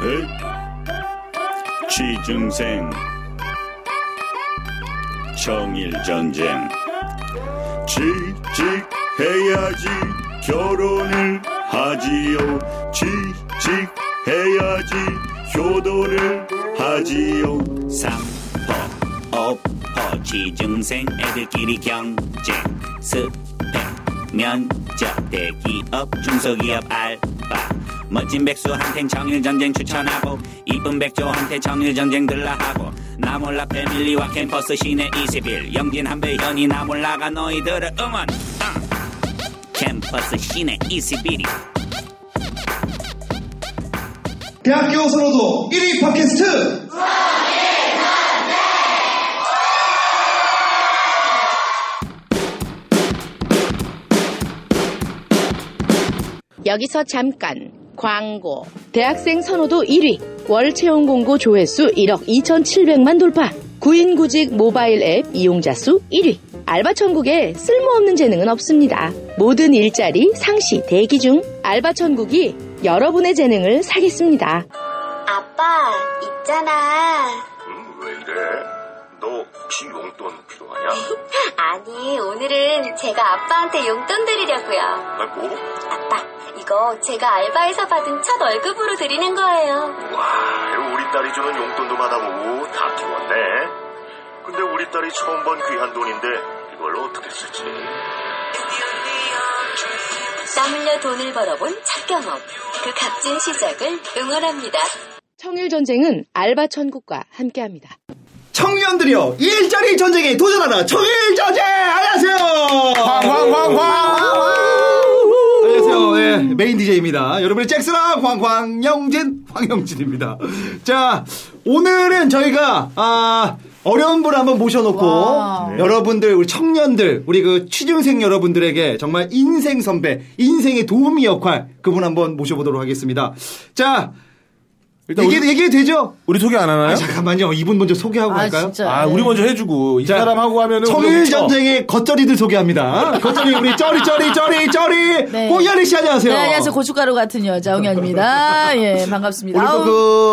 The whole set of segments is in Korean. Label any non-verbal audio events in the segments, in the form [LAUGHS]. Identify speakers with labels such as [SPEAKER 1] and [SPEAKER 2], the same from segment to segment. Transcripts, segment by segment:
[SPEAKER 1] 네. 취중생 정일전쟁 취직해야지 결혼을 하지요 취직해야지 효도를 하지요
[SPEAKER 2] 삼포 오포 취중생 애들끼리 경쟁 스펙 면접 대기업 중소기업 알바 멋진 백수한텐 정일전쟁 추천하고 이쁜 백조한테 정일전쟁 들라하고 나몰라 패밀리와 캠퍼스 시내 21 영진 한배 현이 나몰라가 너희들을 응원 응. 캠퍼스 시내 21이
[SPEAKER 3] 대학교 선호도 1위 팟캐스트
[SPEAKER 4] 여기서 잠깐 광고. 대학생 선호도 1위. 월 채용 공고 조회수 1억 2,700만 돌파. 구인구직 모바일 앱 이용자 수 1위. 알바 천국에 쓸모없는 재능은 없습니다. 모든 일자리 상시 대기 중 알바 천국이 여러분의 재능을 사겠습니다.
[SPEAKER 5] 아빠, 있잖아.
[SPEAKER 6] 음, 왜 이래? 너 혹시 용돈 필요하냐?
[SPEAKER 5] 아니, 오늘은 제가 아빠한테 용돈 드리려고요.
[SPEAKER 6] 아, 뭐?
[SPEAKER 5] 아빠, 이거 제가 알바에서 받은 첫 월급으로 드리는 거예요.
[SPEAKER 6] 와, 우리 딸이 주는 용돈도 받아보고 다 키웠네. 근데 우리 딸이 처음 번 귀한 돈인데 이걸 어떻게 쓰지?
[SPEAKER 5] 땀 흘려 돈을 벌어본 첫 경험. 그 값진 시작을 응원합니다.
[SPEAKER 4] 청일 전쟁은 알바 천국과 함께합니다.
[SPEAKER 3] 청년들이여 일자리 전쟁에 도전하라 청일 전쟁 안녕하세요 광광광광 안녕하세요 네, 메인 DJ입니다 여러분의 잭스라 광광 영진 황영진입니다 자 오늘은 저희가 아 어려운 분을 한번 모셔놓고
[SPEAKER 7] 네.
[SPEAKER 3] 여러분들 우리 청년들 우리 그 취준생 여러분들에게 정말 인생 선배 인생의 도우미 역할 그분 한번 모셔보도록 하겠습니다 자
[SPEAKER 7] 일단
[SPEAKER 3] 얘기
[SPEAKER 7] 우리,
[SPEAKER 3] 얘기 되죠
[SPEAKER 7] 우리 소개 안 하나요?
[SPEAKER 3] 아, 잠깐만요. 이분 먼저 소개하고
[SPEAKER 8] 아,
[SPEAKER 3] 갈까요?
[SPEAKER 8] 진짜.
[SPEAKER 7] 아, 우리 먼저 해주고 이
[SPEAKER 3] 자,
[SPEAKER 7] 사람하고 하면은 우리가
[SPEAKER 3] 청일
[SPEAKER 7] 묻혀.
[SPEAKER 3] 전쟁의 겉절이들 소개합니다. 겉절이 우리 쩌리 쩌리 쩌리 쩌리
[SPEAKER 8] 네.
[SPEAKER 3] 홍현희 씨 안녕하세요.
[SPEAKER 8] 네, 안녕하세요. 고춧가루 같은 여자
[SPEAKER 3] [LAUGHS]
[SPEAKER 8] 홍현입니다. 예, 반갑습니다.
[SPEAKER 3] 우리 또
[SPEAKER 8] 아우,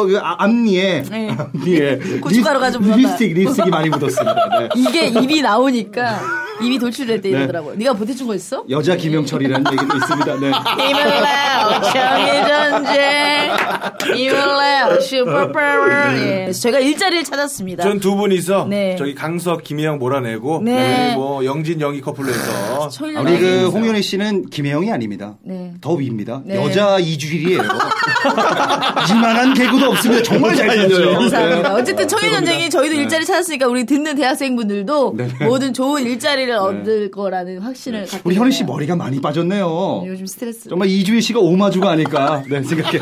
[SPEAKER 3] 그, 그 아- 앞니에
[SPEAKER 8] 네.
[SPEAKER 3] 앞니에
[SPEAKER 8] [LAUGHS] 고춧가루가 좀
[SPEAKER 3] 립-
[SPEAKER 8] 묻었다.
[SPEAKER 3] 립스틱 립스틱이 많이 묻었습니다. 네.
[SPEAKER 8] 이게 입이 나오니까 입이 돌출될 때 이러더라고요. 네가 보태준 거였어?
[SPEAKER 3] 여자 김영철이라는 얘기도 있습니다. 네.
[SPEAKER 8] 힘을 내요, 정의전쟁. 힘을 내요,
[SPEAKER 3] 음.
[SPEAKER 8] 슈퍼파워. 예, 그래서 제가 일자리를 찾았습니다.
[SPEAKER 7] 전 두 분이서
[SPEAKER 8] 네.
[SPEAKER 7] 저기 강석 김혜영 몰아내고
[SPEAKER 8] 네. 그렇죠.
[SPEAKER 7] 그리고 뭐 영진 영희 커플로 해서
[SPEAKER 8] 청일
[SPEAKER 3] 아, 우리 그
[SPEAKER 8] 전쟁.
[SPEAKER 3] 홍현희 씨는 김혜영이 아닙니다.
[SPEAKER 8] 네.
[SPEAKER 3] 더 위입니다.
[SPEAKER 8] 네.
[SPEAKER 3] 여자 이주일이에요. [LAUGHS] 이만한 개그도 없습니다. 정말 잘
[SPEAKER 7] 알려줘요.
[SPEAKER 3] 던져요. 아,
[SPEAKER 8] 네, 감사합니다.
[SPEAKER 3] 네.
[SPEAKER 8] 어쨌든 청일 전쟁이 저희도 일자리 찾았으니까 우리 듣는 대학생분들도 모든 좋은 일자리를 얻을 거라는 확신을 갖고
[SPEAKER 3] 네. 우리 현희 씨 뭐-
[SPEAKER 8] 있네요.
[SPEAKER 3] 머리가 많이 빠졌네요.
[SPEAKER 8] 요즘 스트레스.
[SPEAKER 3] 정말 이주희 씨가 오마주가 아닐까 네, 생각해요.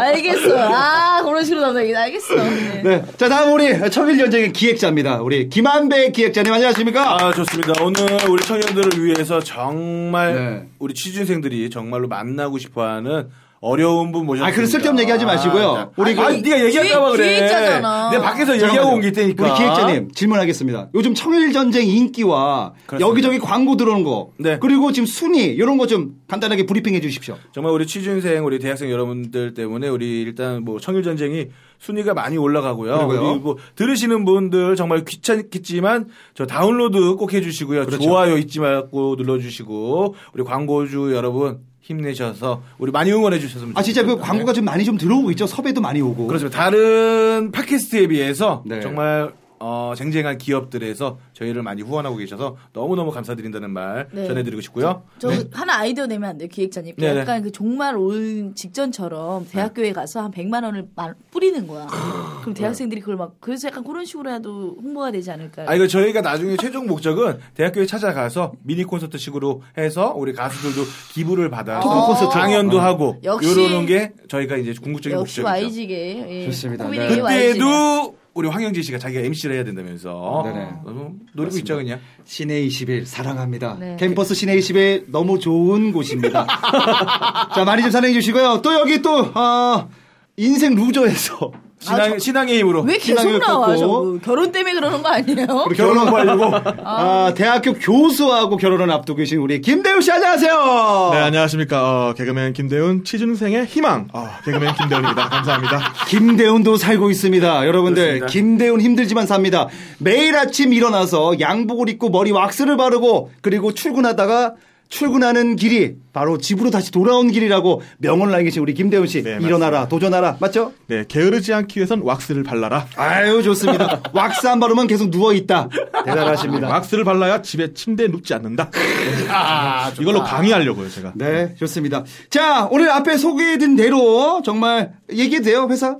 [SPEAKER 8] 알겠어. 아, 그런 식으로 나온다. 이게 알겠어. 네.
[SPEAKER 3] 네. 자, 다음 우리 청일전쟁의 기획자입니다. 우리 김한배 기획자님 안녕하십니까?
[SPEAKER 7] 아 좋습니다. 오늘 우리 청년들을 위해서 정말
[SPEAKER 3] 네.
[SPEAKER 7] 우리 취준생들이 정말로 만나고 싶어하는 어려운 분 모셨습니다.
[SPEAKER 3] 아, 그런 쓸데없는 얘기 하지 마시고요.
[SPEAKER 7] 아,
[SPEAKER 3] 우리
[SPEAKER 7] 우리
[SPEAKER 3] 그-
[SPEAKER 7] 아, 네가 얘기할까 봐
[SPEAKER 8] 기획-
[SPEAKER 7] 그래.
[SPEAKER 8] 기획자잖아.
[SPEAKER 7] 내가 밖에서 얘기하고
[SPEAKER 3] 잠깐만요.
[SPEAKER 7] 온 게 있다니까.
[SPEAKER 3] 우리 기획자님 질문하겠습니다. 요즘 청일전쟁 인기와
[SPEAKER 7] 그렇습니다.
[SPEAKER 3] 여기저기 광고 들어오는 거
[SPEAKER 7] 네.
[SPEAKER 3] 그리고 지금 순위 이런 거 좀 간단하게 브리핑해 주십시오.
[SPEAKER 7] 정말 우리 취준생 우리 대학생 여러분들 때문에 우리 일단 뭐 청일 전쟁이 순위가 많이 올라가고요.
[SPEAKER 3] 그리고요.
[SPEAKER 7] 우리 뭐 들으시는 분들 정말 귀찮겠지만 저 다운로드 꼭 해주시고요.
[SPEAKER 3] 그렇죠.
[SPEAKER 7] 좋아요 잊지 말고 눌러주시고 우리 광고주 여러분 힘내셔서 우리 많이 응원해 주셨으면 좋겠습니다.
[SPEAKER 3] 아 진짜 그
[SPEAKER 7] 네.
[SPEAKER 3] 광고가 좀 많이 좀 들어오고 있죠. 섭외도 많이 오고.
[SPEAKER 7] 그렇습니다. 다른 팟캐스트에 비해서
[SPEAKER 3] 네.
[SPEAKER 7] 정말 어, 쟁쟁한 기업들에서 저희를 많이 후원하고 계셔서 너무너무 감사드린다는 말
[SPEAKER 8] 네.
[SPEAKER 7] 전해드리고 싶고요.
[SPEAKER 8] 저 하나 아이디어 내면 안 돼요, 기획자님.
[SPEAKER 7] 네네.
[SPEAKER 8] 약간 그 종말 올 직전처럼 대학교에 가서 한 100만 원을 마- 뿌리는 거야. 그럼 대학생들이 그걸 막 그래서 약간 그런 식으로 해도 홍보가 되지 않을까.
[SPEAKER 7] 아 이거 저희가 나중에 최종 목적은 대학교에 찾아가서 미니 콘서트식으로 해서 우리 가수들도 기부를 받아
[SPEAKER 3] 토론 콘서트.
[SPEAKER 7] 강연도 하고
[SPEAKER 8] 어. 역시.
[SPEAKER 7] 요런 게 저희가 이제 궁극적인
[SPEAKER 8] 역시
[SPEAKER 7] 목적이죠.
[SPEAKER 8] YG계. 예.
[SPEAKER 3] 좋습니다.
[SPEAKER 8] 코미디
[SPEAKER 3] 네.
[SPEAKER 7] 그때도 우리 황영진 씨가 자기가 MC를 해야 된다면서
[SPEAKER 9] 아,
[SPEAKER 3] 네네.
[SPEAKER 7] 너무 노리고 있죠 그냥.
[SPEAKER 3] 시내 21 사랑합니다.
[SPEAKER 8] 네.
[SPEAKER 3] 캠퍼스 시내 21 너무 좋은 곳입니다. [LAUGHS] 자 많이 좀 사랑해 주시고요. 또 여기 또 어, 인생 아, 루저에서
[SPEAKER 7] 신앙,
[SPEAKER 8] 아, 저-
[SPEAKER 7] 신앙의 힘으로.
[SPEAKER 8] 왜 계속
[SPEAKER 3] 신랑이
[SPEAKER 8] 나와?
[SPEAKER 3] 꺾고.
[SPEAKER 8] 저 결혼 때문에 그러는 거 아니에요?
[SPEAKER 3] 우리
[SPEAKER 7] 결혼
[SPEAKER 3] 어, 결혼
[SPEAKER 8] [LAUGHS]
[SPEAKER 7] 관리고.
[SPEAKER 3] 아, 대학교 교수하고 결혼을 앞두고 계신 우리 김대우 씨 안녕하세요.
[SPEAKER 9] 네, 안녕하십니까. 어, 개그맨 김대훈, 취준생의 희망. 어, 개그맨 김대훈입니다. 감사합니다.
[SPEAKER 3] 김대훈도 살고 있습니다. 여러분들
[SPEAKER 7] 그렇습니다.
[SPEAKER 3] 김대훈 힘들지만 삽니다. 매일 아침 일어나서 양복을 입고 머리 왁스를 바르고 그리고 출근하다가 출근하는 길이 바로 집으로 다시 돌아온 길이라고 명언을 남기신 우리 김대훈 씨
[SPEAKER 9] 네,
[SPEAKER 3] 일어나라 도전하라 맞죠?
[SPEAKER 9] 네, 게으르지 않기 위해선 왁스를 발라라.
[SPEAKER 3] 아유 좋습니다. 왁스 안 바르면 계속 누워 있다. 대단하십니다.
[SPEAKER 9] 왁스를 발라야 집에 침대에 눕지 않는다.
[SPEAKER 7] 아,
[SPEAKER 9] 이걸로 강의하려고요, 제가.
[SPEAKER 3] 네 좋습니다. 자 오늘 앞에 소개해드린 대로 정말 얘기해도 돼요 회사?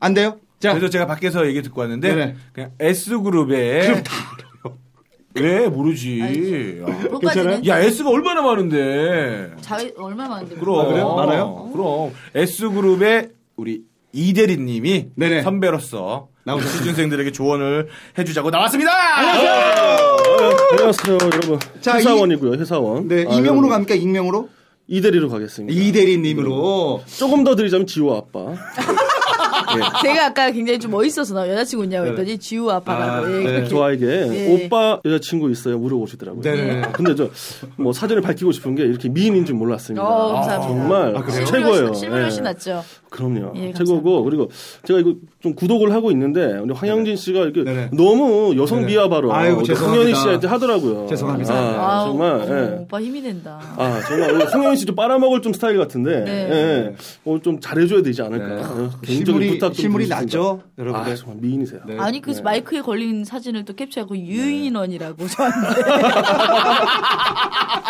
[SPEAKER 3] 안 돼요? 자
[SPEAKER 7] 그래서 제가 밖에서 얘기 듣고 왔는데
[SPEAKER 3] 네네.
[SPEAKER 7] 그냥 S 그룹에 그럼 다 알아요. 왜 모르지? 아,
[SPEAKER 8] 그것까지는
[SPEAKER 7] 야 S가 얼마나 많은데?
[SPEAKER 8] 자 얼마 많은데?
[SPEAKER 7] 그럼
[SPEAKER 3] 그래요? 많아요?
[SPEAKER 7] 그럼 S 그룹의 우리 이대리님이
[SPEAKER 3] 네네.
[SPEAKER 7] 선배로서
[SPEAKER 3] 나오셨습니다.
[SPEAKER 7] 시준생들에게 조언을 해주자고 나왔습니다.
[SPEAKER 10] 안녕하세요, 여러분.
[SPEAKER 3] 자,
[SPEAKER 10] 회사원이고요, 회사원.
[SPEAKER 3] 네
[SPEAKER 10] 아,
[SPEAKER 3] 이명으로
[SPEAKER 10] 여러분.
[SPEAKER 3] 갑니까 익명으로?
[SPEAKER 10] 이대리로 가겠습니다.
[SPEAKER 3] 이대리님으로
[SPEAKER 10] 조금 더 드리자면 지호 아빠.
[SPEAKER 8] [LAUGHS] 제가 아까 굉장히 좀 멋있어서 나 여자친구 있냐고 했더니 지우 아빠라고. 예, 그렇게.
[SPEAKER 10] 저에게
[SPEAKER 8] 예.
[SPEAKER 10] 오빠 여자친구 있어요 물어보시더라고요.
[SPEAKER 3] 네네.
[SPEAKER 10] 근데 저 뭐 사전에 밝히고 싶은 게 이렇게 미인인 줄 몰랐습니다.
[SPEAKER 8] 어, 감사합니다.
[SPEAKER 10] 정말
[SPEAKER 8] 실물이
[SPEAKER 10] 최고예요.
[SPEAKER 8] 훨씬- 실물이 훨씬
[SPEAKER 10] 예.
[SPEAKER 8] 낫죠.
[SPEAKER 10] 그럼요.
[SPEAKER 8] 예, 감사합니다.
[SPEAKER 10] 최고고 그리고 제가 이거 좀 구독을 하고 있는데 우리 황영진 씨가 이렇게
[SPEAKER 3] 네네.
[SPEAKER 10] 너무 여성
[SPEAKER 3] 네네.
[SPEAKER 10] 비하바로
[SPEAKER 3] 아이고,
[SPEAKER 10] 우리
[SPEAKER 3] 죄송합니다.
[SPEAKER 10] 홍현희 씨한테 하더라고요.
[SPEAKER 3] 죄송합니다. 음.
[SPEAKER 10] 아,
[SPEAKER 8] 아우,
[SPEAKER 10] 정말.
[SPEAKER 8] 어머,
[SPEAKER 10] 예.
[SPEAKER 8] 오빠 힘이 된다.
[SPEAKER 10] 아 정말 우리 홍현희 씨도 빨아먹을 좀 스타일 같은데
[SPEAKER 8] 네.
[SPEAKER 10] 예, 오늘 좀 잘해줘야 되지 않을까 어, 개인적인
[SPEAKER 3] 네. 실물이
[SPEAKER 10] 부탁 좀
[SPEAKER 3] 실물이
[SPEAKER 10] 드리겠습니다.
[SPEAKER 3] 낮죠
[SPEAKER 10] 아
[SPEAKER 3] 여러분들.
[SPEAKER 10] 정말 미인이세요
[SPEAKER 3] 네.
[SPEAKER 8] 아니 그 마이크에 걸린 사진을 또 캡처하고 유인원이라고 저한테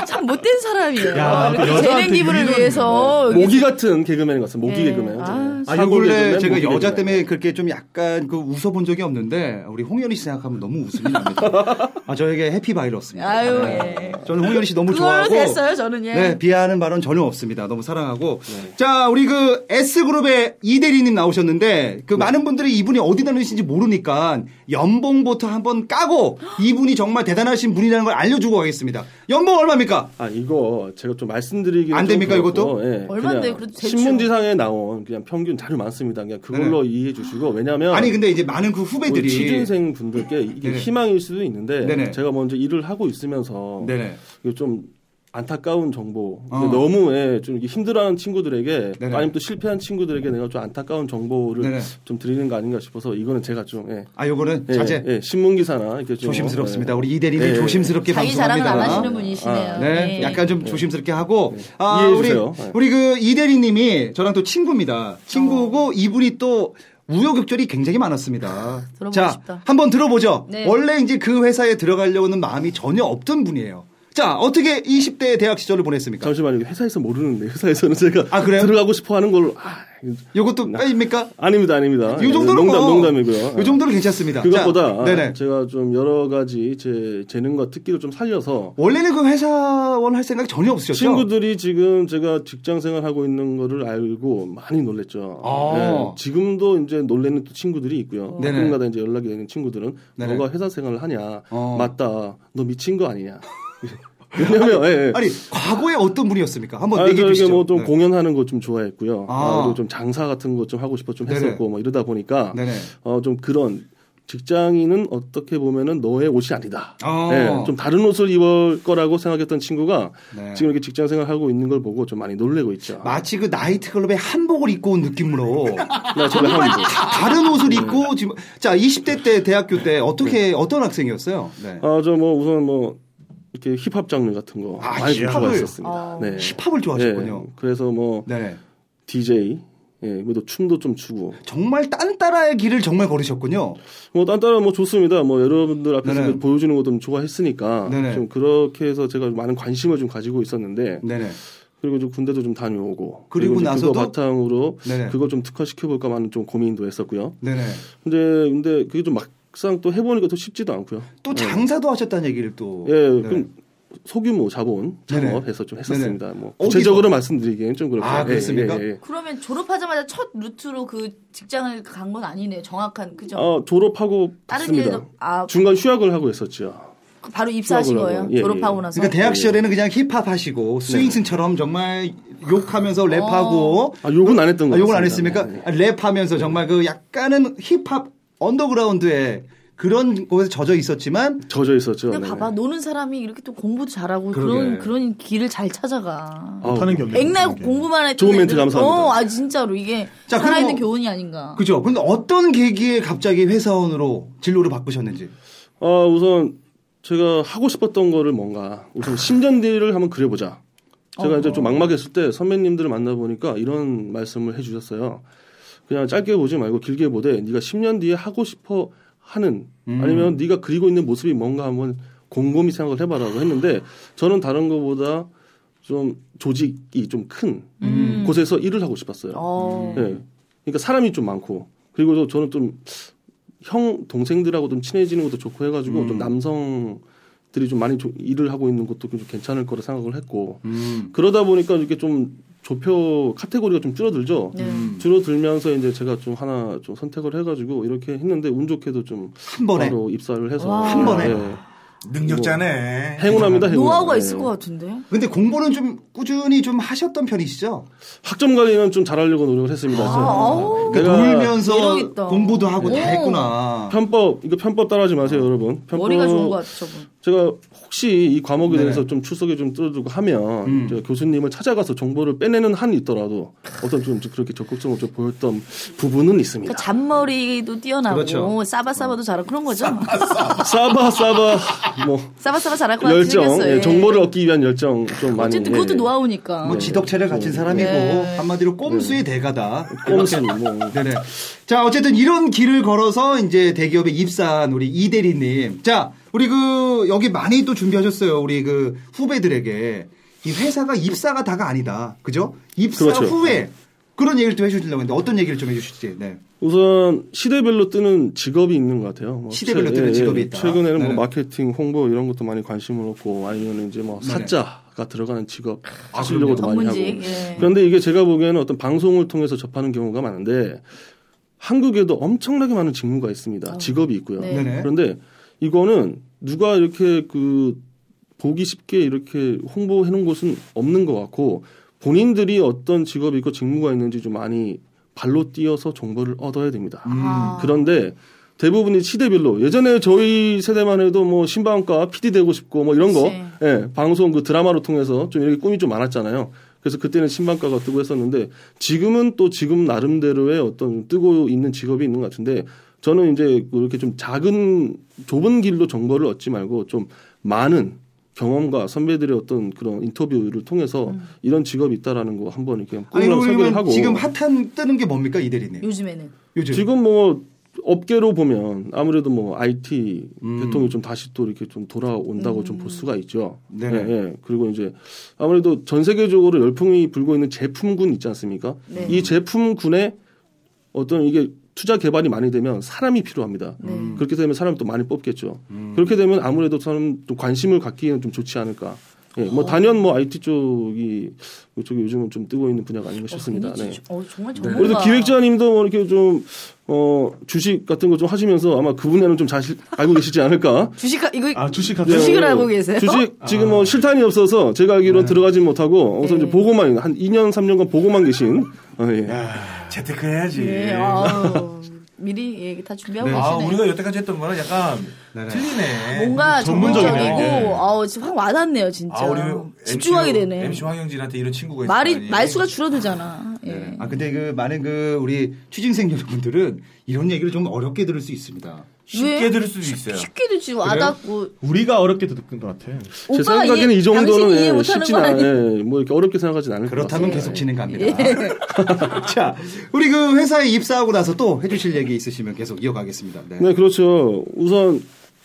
[SPEAKER 8] 참 못된 사람이에요.
[SPEAKER 9] 야, 그
[SPEAKER 8] 이렇게
[SPEAKER 9] 여자한테
[SPEAKER 8] 재능 기부를
[SPEAKER 9] 유인원이네.
[SPEAKER 3] 어,
[SPEAKER 8] 위해서 여기
[SPEAKER 10] 모기 같은 개그맨 같은 모기
[SPEAKER 8] 예.
[SPEAKER 10] 개그맨 네.
[SPEAKER 8] 아,
[SPEAKER 3] 아, 요
[SPEAKER 10] 사골
[SPEAKER 3] 근래
[SPEAKER 10] 개그맨,
[SPEAKER 3] 제가
[SPEAKER 10] 모기
[SPEAKER 3] 여자
[SPEAKER 10] 개그맨.
[SPEAKER 3] 때문에 그렇게 좀 약간 그 웃어본 적이 없는데 우리 홍현희 씨 생각하면 너무 웃음이
[SPEAKER 8] [LAUGHS]
[SPEAKER 3] 납니다. 아 저에게 해피 바이러스입니다.
[SPEAKER 8] 아유
[SPEAKER 3] 네.
[SPEAKER 8] 예.
[SPEAKER 3] 저는 홍현희 씨 너무
[SPEAKER 8] 그걸로
[SPEAKER 3] 좋아하고
[SPEAKER 8] 됐어요 저는 예. 네.
[SPEAKER 3] 네 비하하는 발언 전혀 없습니다. 너무 사랑하고 자 우리 그 S 그룹의 이대리님 나오셨는데
[SPEAKER 8] 네.
[SPEAKER 3] 그 많은 분들이 이분이 어디 다니신지 모르니까 연봉부터 한번
[SPEAKER 8] [GASPS]
[SPEAKER 3] 까고 이분이 정말 대단하신 분이라는 걸 알려주고 가겠습니다. 연봉 얼마입니까?
[SPEAKER 10] 아 이거 제가 좀 말씀드리기
[SPEAKER 3] 안 됩니까, 이것도?
[SPEAKER 10] 예,
[SPEAKER 8] 얼만데,
[SPEAKER 10] 그냥
[SPEAKER 8] 그래도 대충.
[SPEAKER 10] 신문지상에 나온 그냥 평균 자료 많습니다 그냥 그걸로 이해해 주시고 왜냐면
[SPEAKER 3] 네. 아니 근데 이제 많은 그
[SPEAKER 10] 우리
[SPEAKER 3] 후배들이
[SPEAKER 10] 취준생 분들께 이게
[SPEAKER 3] 네네.
[SPEAKER 10] 희망일 수도 있는데
[SPEAKER 3] 네네.
[SPEAKER 10] 제가 먼저 일을 하고 있으면서
[SPEAKER 3] 네네.
[SPEAKER 10] 이거 좀 안타까운 정보
[SPEAKER 3] 어.
[SPEAKER 10] 근데 너무 예, 좀 이렇게 힘들어하는 친구들에게
[SPEAKER 3] 네네.
[SPEAKER 10] 아니면 또 실패한 친구들에게 내가 좀 안타까운 정보를
[SPEAKER 3] 네네.
[SPEAKER 10] 좀 드리는 거 아닌가 싶어서 이거는 제가 좀 예,
[SPEAKER 3] 아 요거는
[SPEAKER 10] 예,
[SPEAKER 3] 자제
[SPEAKER 10] 예, 신문 기사나 이렇게 좀
[SPEAKER 3] 조심스럽습니다. 우리 이
[SPEAKER 10] 예,
[SPEAKER 3] 대리님
[SPEAKER 10] 예.
[SPEAKER 3] 조심스럽게
[SPEAKER 8] 자기 자랑을
[SPEAKER 3] 방송합니다.
[SPEAKER 8] 안 하시는 분이시네요.
[SPEAKER 3] 네,
[SPEAKER 8] 예.
[SPEAKER 3] 약간 좀 조심스럽게 하고 아,
[SPEAKER 10] 이해해
[SPEAKER 3] 우리
[SPEAKER 10] 주세요. 네.
[SPEAKER 3] 우리 그 이대리님이 저랑 또 친구입니다.
[SPEAKER 8] 어.
[SPEAKER 3] 친구고 이분이 또 우여곡절이 굉장히 많았습니다.
[SPEAKER 8] 아, 들어보고
[SPEAKER 3] 자,
[SPEAKER 8] 싶다.
[SPEAKER 3] 한번 들어보죠.
[SPEAKER 8] 네.
[SPEAKER 3] 원래 이제 그 회사에 들어가려는 마음이 전혀 없던 분이에요. 자, 어떻게 20대 대학 시절을 보냈습니까?
[SPEAKER 10] 잠시만요. 회사에서 모르는데 회사에서는 제가
[SPEAKER 3] 그러니까. 아, 그래요?
[SPEAKER 10] 들어가고 싶어하는 걸로 아, 이거-
[SPEAKER 3] 요것도 빼입니까?
[SPEAKER 10] 아닙니다, 아닙니다. 예,
[SPEAKER 3] 이 정도는
[SPEAKER 10] 농담,
[SPEAKER 3] 뭐,
[SPEAKER 10] 농담이고요.
[SPEAKER 3] 이 정도는 괜찮습니다.
[SPEAKER 10] 그것보다
[SPEAKER 3] 자,
[SPEAKER 10] 아,
[SPEAKER 3] 네네.
[SPEAKER 10] 제가 좀 여러 가지 제 재능과 특기를 좀 살려서
[SPEAKER 3] 원래는 그 회사원 할 생각 이 전혀 없으셨죠?
[SPEAKER 10] 친구들이 지금 제가 직장 생활하고 있는 거를 알고 많이 놀랬죠.
[SPEAKER 3] 아. 어.
[SPEAKER 10] 네, 지금도 이제 놀래는 또 친구들이 있고요.
[SPEAKER 3] 네네.
[SPEAKER 10] 가끔가다 이제 연락이 되는 친구들은
[SPEAKER 3] 네네.
[SPEAKER 10] 너가 회사 생활을 하냐?
[SPEAKER 3] 어.
[SPEAKER 10] 맞다. 너 미친 거
[SPEAKER 3] [LAUGHS]
[SPEAKER 10] 아니냐? 왜냐면 예, 예.
[SPEAKER 3] 아니, 과거에 어떤 분이었습니까? 한번
[SPEAKER 10] 아,
[SPEAKER 3] 얘기해 주시죠.
[SPEAKER 10] 뭐좀
[SPEAKER 3] 네.
[SPEAKER 10] 공연하는 거 좀 좋아했고요.
[SPEAKER 3] 아.
[SPEAKER 10] 아, 그리고 좀 장사 같은 거 좀 하고 싶어 좀
[SPEAKER 3] 네네.
[SPEAKER 10] 했었고 뭐 이러다 보니까
[SPEAKER 3] 네네.
[SPEAKER 10] 어, 좀 그런 직장인은 어떻게 보면은 너의 옷이 아니다.
[SPEAKER 3] 아.
[SPEAKER 10] 예, 좀 다른 옷을 입을 거라고 생각했던 친구가
[SPEAKER 3] 네.
[SPEAKER 10] 지금 이렇게 직장 생활하고 있는 걸 보고 좀 많이 놀래고 있죠.
[SPEAKER 3] 마치 그 나이트클럽에 한복을 입고 온 느낌으로
[SPEAKER 10] 나 저를 하는 거.
[SPEAKER 3] 다른 옷을
[SPEAKER 10] 네.
[SPEAKER 3] 입고 지금 자 20대 때 대학교 때 어떻게 어떤 학생이었어요? 네.
[SPEAKER 10] 아, 저 뭐 우선 뭐 이렇게 힙합 장르 같은 거
[SPEAKER 3] 아,
[SPEAKER 10] 많이 좀
[SPEAKER 3] 힙합을.
[SPEAKER 10] 좋아했었습니다.
[SPEAKER 8] 어.
[SPEAKER 10] 네.
[SPEAKER 3] 힙합을 좋아하셨군요.
[SPEAKER 10] 예, 그래서 뭐
[SPEAKER 3] 네.
[SPEAKER 10] DJ 예, 뭐또 춤도 좀 추고
[SPEAKER 3] 정말 딴따라의 길을 정말 걸으셨군요.
[SPEAKER 10] 뭐 딴따라 뭐 좋습니다. 뭐 여러분들 앞에서
[SPEAKER 3] 네네.
[SPEAKER 10] 그 보여주는 것도 좀 좋아했으니까
[SPEAKER 3] 네네.
[SPEAKER 10] 좀 그렇게 해서 제가 많은 관심을 좀 가지고 있었는데
[SPEAKER 3] 네네.
[SPEAKER 10] 그리고 이제 군대도 좀 다녀오고
[SPEAKER 3] 그리고
[SPEAKER 10] 이제
[SPEAKER 3] 나서도?
[SPEAKER 10] 그거 바탕으로
[SPEAKER 3] 네네.
[SPEAKER 10] 그걸 좀 특화시켜 볼까 하는 좀 고민도 했었고요.
[SPEAKER 3] 네네.
[SPEAKER 10] 근데 근데 그게 좀 막상 또 해보니까 또 쉽지도 않고요.
[SPEAKER 3] 또 장사도 하셨다는 얘기를 또.
[SPEAKER 10] 네. 예,
[SPEAKER 3] 네.
[SPEAKER 10] 그럼 소규모 자본
[SPEAKER 3] 네네.
[SPEAKER 10] 창업해서 좀 했었습니다.
[SPEAKER 3] 네네.
[SPEAKER 10] 뭐
[SPEAKER 3] 어디서?
[SPEAKER 10] 구체적으로 말씀드리기엔 좀 예, 그렇고.
[SPEAKER 3] 아, 그렇습니까?
[SPEAKER 8] 그러면 졸업하자마자 첫 루트로 그 직장을 간 건 아니네요. 정확한 그죠?
[SPEAKER 10] 아, 졸업하고
[SPEAKER 8] 그렇죠. 다른
[SPEAKER 10] 봤습니다.
[SPEAKER 8] 일도- 아.
[SPEAKER 10] 중간 휴학을 하고 있었죠.
[SPEAKER 8] 그 바로 입사하신
[SPEAKER 10] 수학을
[SPEAKER 8] 거예요?
[SPEAKER 10] 하고. 예,
[SPEAKER 8] 졸업하고
[SPEAKER 10] 예.
[SPEAKER 8] 나서?
[SPEAKER 3] 그러니까 대학 시절에는 그냥 힙합 하시고 스윙슨처럼 정말 욕하면서 랩하고
[SPEAKER 10] 아, 욕은 안 했던 거 같습니다.
[SPEAKER 3] 아,
[SPEAKER 10] 네,
[SPEAKER 3] 욕을 안 했습니까? 아, 랩하면서 정말 그 약간은 힙합 언더그라운드에 그런 곳에 젖어 있었지만
[SPEAKER 10] 젖어 있었죠.
[SPEAKER 8] 근데
[SPEAKER 10] 네.
[SPEAKER 8] 봐봐 노는 사람이 이렇게 또 공부도 잘하고 그런
[SPEAKER 3] 그러게.
[SPEAKER 8] 그런 길을 잘 찾아가.
[SPEAKER 10] 아우,
[SPEAKER 9] 못하는 게 없네요.
[SPEAKER 8] 맥날 공부만 했던
[SPEAKER 10] 좋은 멘트
[SPEAKER 8] 애들은-
[SPEAKER 10] 감사합니다.
[SPEAKER 8] 어, 아 진짜로 이게
[SPEAKER 3] 자,
[SPEAKER 8] 살아있는
[SPEAKER 3] 그럼-
[SPEAKER 8] 교훈이 아닌가.
[SPEAKER 3] 그죠? 근데 어떤 계기에 갑자기 회사원으로 진로를 바꾸셨는지
[SPEAKER 10] 아, 우선 제가 하고 싶었던 거를
[SPEAKER 9] 아.
[SPEAKER 10] 뭔가 우선 10년 뒤를 한번 그려보자. 제가
[SPEAKER 9] 어.
[SPEAKER 10] 이제 좀 막막했을 때 선배님들을 만나보니까 이런 말씀을 해주셨어요. 그냥 짧게 보지 말고 길게 보되 네가 10년 뒤에 하고 싶어 하는
[SPEAKER 9] 음.
[SPEAKER 10] 아니면 네가 그리고 있는 모습이 뭔가 한번 곰곰이 생각을 해봐라고 했는데 저는 다른 것보다 좀 조직이 좀 큰
[SPEAKER 8] 음.
[SPEAKER 10] 곳에서 일을 하고 싶었어요.
[SPEAKER 8] 어.
[SPEAKER 10] 예. 그러니까 사람이 좀 많고 그리고 또 저는 좀 형 동생들하고 좀 친해지는 것도 좋고 해가지고
[SPEAKER 8] 음.
[SPEAKER 10] 좀 남성들이 좀 많이 조- 일을 하고 있는 것도 좀 괜찮을 거라 생각을 했고 그러다 보니까 이렇게 좀 좁혀 카테고리가 좀 줄어들죠.
[SPEAKER 8] 네.
[SPEAKER 10] 줄어들면서 이제 제가 좀 하나 좀 선택을 해가지고 이렇게 했는데 운 좋게도 좀
[SPEAKER 3] 한 번에
[SPEAKER 10] 바로 입사를 해서
[SPEAKER 8] 와.
[SPEAKER 3] 한 번에?
[SPEAKER 10] 예.
[SPEAKER 7] 능력자네.
[SPEAKER 10] 행운합니다. 행운.
[SPEAKER 8] 노하우가
[SPEAKER 10] 예.
[SPEAKER 8] 있을 것 같은데.
[SPEAKER 3] 근데 공부는 좀 꾸준히 좀 하셨던 편이시죠?
[SPEAKER 10] 학점 관리는 좀 잘하려고 노력을 했습니다.
[SPEAKER 8] 아우.
[SPEAKER 3] 그러니까 돌면서
[SPEAKER 8] 매력있다.
[SPEAKER 3] 공부도 하고 다
[SPEAKER 8] 오.
[SPEAKER 3] 했구나.
[SPEAKER 10] 편법 이거 편법 따라하지 마세요, 여러분. 편법
[SPEAKER 8] 머리가 좋은 것 같아 저분.
[SPEAKER 10] 제가 혹시 이 과목에
[SPEAKER 3] 네. 음.
[SPEAKER 10] 대해서 좀 출석에 좀 떨어지고 하면 제가 교수님을 찾아가서 정보를 빼내는 한이 있더라도 어떤 좀 그렇게 적극적으로 좀 보였던 부분은 있습니다.
[SPEAKER 8] 그러니까 잔머리도 뛰어나고 뭐
[SPEAKER 3] 그렇죠.
[SPEAKER 10] 어.
[SPEAKER 8] 싸바싸바도 잘하고 그런 거죠.
[SPEAKER 10] 싸바 싸바 뭐
[SPEAKER 8] [LAUGHS] 싸바싸바 잘할 것 같긴
[SPEAKER 10] 열정,
[SPEAKER 8] 생겼어요.
[SPEAKER 10] 예,
[SPEAKER 8] 예.
[SPEAKER 10] 정보를 얻기 위한 열정 좀 많이.
[SPEAKER 8] 어쨌든 그것도
[SPEAKER 10] 예.
[SPEAKER 8] 노하우니까.
[SPEAKER 3] 뭐 지덕체를 갖춘 사람이고
[SPEAKER 8] 네.
[SPEAKER 3] 한마디로 꼼수의 대가다.
[SPEAKER 10] 꼼수 뭐.
[SPEAKER 3] [LAUGHS] 네네. 자, 어쨌든 이런 길을 걸어서 이제 대기업에 입사한 우리 이 대리님. 자, 우리 그 여기 많이 또 준비하셨어요. 우리 그 후배들에게 이 회사가 입사가 다가 아니다. 그죠? 입사
[SPEAKER 10] 그렇죠.
[SPEAKER 3] 후에 그런 얘기를 좀 해주시려고 했는데 어떤 얘기를 좀 해주실지. 네.
[SPEAKER 10] 우선 시대별로 뜨는 직업이 있는 것 같아요. 뭐
[SPEAKER 3] 시대별로
[SPEAKER 10] 최-
[SPEAKER 3] 뜨는 직업이 있다.
[SPEAKER 10] 최근에는 뭐
[SPEAKER 3] 네네.
[SPEAKER 10] 마케팅, 홍보 이런 것도 많이 관심을 얻고 아니면 이제 뭐
[SPEAKER 3] 네네. 아,
[SPEAKER 10] 사자가 들어가는 직업 하시려고도 많이 하고.
[SPEAKER 8] 전문직. 예.
[SPEAKER 10] 그런데 이게 제가 보기에는 어떤 방송을 통해서 접하는 경우가 많은데 한국에도 엄청나게 많은 직무가 있습니다. 직업이 있고요.
[SPEAKER 8] 네.
[SPEAKER 3] 네네.
[SPEAKER 10] 그런데 이거는 누가 이렇게 그 보기 쉽게 이렇게 홍보해 놓은 곳은 없는 것 같고 본인들이 어떤 직업이 있고 직무가 있는지 좀 많이 발로 뛰어서 정보를 얻어야 됩니다.
[SPEAKER 8] 아.
[SPEAKER 10] 그런데 대부분이 시대별로 예전에 저희 세대만 해도 뭐 신방과 PD 되고 싶고 뭐 이런 거
[SPEAKER 8] 그치.
[SPEAKER 10] 예, 방송 그 드라마로 통해서 좀 이렇게 꿈이 좀 많았잖아요. 그래서 그때는 신방과가 뜨고 했었는데 지금은 또 지금 나름대로의 어떤 좀 뜨고 있는 직업이 있는 것 같은데 저는 이제 이렇게 좀 작은 좁은 길로 정보를 얻지 말고 좀 많은 경험과 선배들의 어떤 그런 인터뷰를 통해서 이런 직업이 있다라는 거 한번 이렇게
[SPEAKER 3] 음. 아니,
[SPEAKER 10] 꿈을 소개를
[SPEAKER 3] 그러면
[SPEAKER 10] 하고
[SPEAKER 3] 지금 핫한 뜨는 게 뭡니까? 이 대리님.
[SPEAKER 8] 요즘에는
[SPEAKER 3] 요즘.
[SPEAKER 10] 지금 뭐 업계로 보면 아무래도 뭐 IT
[SPEAKER 3] 음.
[SPEAKER 10] 계통이 좀 다시 또 이렇게 좀 돌아온다고 좀
[SPEAKER 8] 음.
[SPEAKER 10] 볼 수가 있죠.
[SPEAKER 3] 네네.
[SPEAKER 10] 예, 예. 그리고 이제 아무래도 전 세계적으로 열풍이 불고 있는 제품군 있지 않습니까?
[SPEAKER 8] 네.
[SPEAKER 10] 이 제품군에 어떤 이게 투자 개발이 많이 되면 사람이 필요합니다.
[SPEAKER 8] 네.
[SPEAKER 3] 음.
[SPEAKER 10] 그렇게 되면 사람이 또 많이 뽑겠죠. 그렇게 되면 아무래도 사람 또 관심을 갖기에는 좀 좋지 않을까. 예, 뭐 단연 뭐 IT 쪽이 쪽이 요즘은 좀 뜨고 있는 분야가 아닌가 싶습니다.
[SPEAKER 8] 어,
[SPEAKER 10] 네.
[SPEAKER 8] 굉장히 지- 어, 정말 전문가.
[SPEAKER 10] 그래도 기획자님도 뭐 이렇게 좀, 어, 주식 같은 거 좀 하시면서 아마 그 분야는 좀 자신, 알고 계시지 않을까.
[SPEAKER 8] 주식 하- 이거
[SPEAKER 9] 아, 주식 하세요?
[SPEAKER 8] 주식을
[SPEAKER 10] 네.
[SPEAKER 8] 알고 계세요? 아.
[SPEAKER 10] 주식, 지금 뭐 실탄이 없어서 제가 알기로 들어가진 못하고, 우선
[SPEAKER 8] 네.
[SPEAKER 10] 이제 보고만, 한 2년, 3년간 보고만 계신, 어, 예.
[SPEAKER 7] 재테크해야지.
[SPEAKER 8] 예, 아우, 미리 예, 다 준비하고
[SPEAKER 7] 아,
[SPEAKER 8] 계시네.
[SPEAKER 7] 우리가 여태까지 했던 거는 약간
[SPEAKER 3] 네네.
[SPEAKER 7] 틀리네.
[SPEAKER 8] 뭔가
[SPEAKER 9] 아, 전문적이네.
[SPEAKER 8] 전문적이고
[SPEAKER 7] 예.
[SPEAKER 8] 아우 지금 확 와닿네요 진짜.
[SPEAKER 7] 아, 우리
[SPEAKER 8] 집중하게
[SPEAKER 7] MC
[SPEAKER 8] 되네.
[SPEAKER 7] MC 황영진한테 이런 친구가 있어.
[SPEAKER 8] 말이 말수가 줄어들잖아. 예.
[SPEAKER 3] 아 근데 그 많은 그 우리 취준생 여러분들은 이런 얘기를 좀 어렵게 들을 수 있습니다.
[SPEAKER 7] 쉽게
[SPEAKER 8] 왜?
[SPEAKER 7] 들을 수도 있어요.
[SPEAKER 8] 쉽게도 지금 와닿고
[SPEAKER 9] 우리가 어렵게 듣는 것 같아.
[SPEAKER 10] 제
[SPEAKER 8] 오빠가
[SPEAKER 10] 생각에는
[SPEAKER 8] 이해,
[SPEAKER 10] 이 정도는
[SPEAKER 8] 당신이 이해
[SPEAKER 10] 예,
[SPEAKER 8] 못하는
[SPEAKER 10] 쉽진
[SPEAKER 8] 건 아니.
[SPEAKER 10] 않아요. 뭐 이렇게 어렵게 생각하진 않을 것
[SPEAKER 3] 그렇다면
[SPEAKER 10] 같습니다.
[SPEAKER 3] 계속 진행갑니다. [LAUGHS] 자, 우리 그 회사에 입사하고 나서 또 해주실 얘기 있으시면 계속 이어가겠습니다. 네.
[SPEAKER 10] 네, 그렇죠. 우선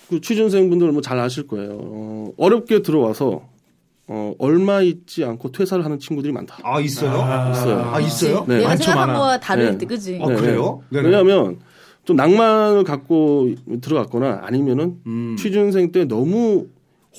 [SPEAKER 10] 그 취준생분들 뭐 잘 아실 거예요. 어, 어렵게 들어와서 어, 얼마 있지 않고 퇴사를 하는 친구들이 많다.
[SPEAKER 3] 아 있어요?
[SPEAKER 10] 있어요.
[SPEAKER 3] 아 있어요?
[SPEAKER 10] 네.
[SPEAKER 8] 내가
[SPEAKER 9] 많죠,
[SPEAKER 8] 생각한
[SPEAKER 9] 많아.
[SPEAKER 8] 거와 다를
[SPEAKER 10] 네.
[SPEAKER 8] 때 그지?
[SPEAKER 3] 어, 그래요? 네네.
[SPEAKER 10] 왜냐하면 좀 낭만을 갖고 들어갔거나 아니면은 취준생 때 너무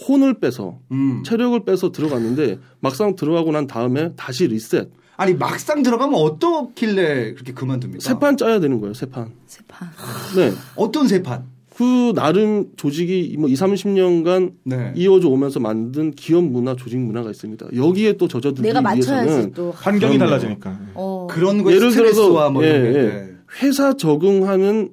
[SPEAKER 10] 혼을 빼서
[SPEAKER 3] 음.
[SPEAKER 10] 체력을 빼서 들어갔는데 막상 들어가고 난 다음에 다시 리셋
[SPEAKER 3] 아니 막상 들어가면 어떻길래 그렇게 그만둡니까?
[SPEAKER 10] 세 판 짜야 되는 거예요 세 판.
[SPEAKER 8] 세판.
[SPEAKER 10] 네.
[SPEAKER 3] 어떤 세판?
[SPEAKER 10] 그 나름 조직이 뭐 2, 30년간
[SPEAKER 3] 네.
[SPEAKER 10] 이어져 오면서 만든 기업 문화, 조직 문화가 있습니다. 여기에 또 젖어들기
[SPEAKER 8] 내가 맞춰야지
[SPEAKER 10] 위해서는
[SPEAKER 8] 또.
[SPEAKER 9] 환경이
[SPEAKER 10] 그럼요.
[SPEAKER 9] 달라지니까.
[SPEAKER 8] 어.
[SPEAKER 3] 그런 거에
[SPEAKER 10] 예를
[SPEAKER 3] 스트레스와
[SPEAKER 10] 들어서
[SPEAKER 3] 뭐
[SPEAKER 10] 예,
[SPEAKER 3] 이런 게.
[SPEAKER 10] 예. 회사 적응하는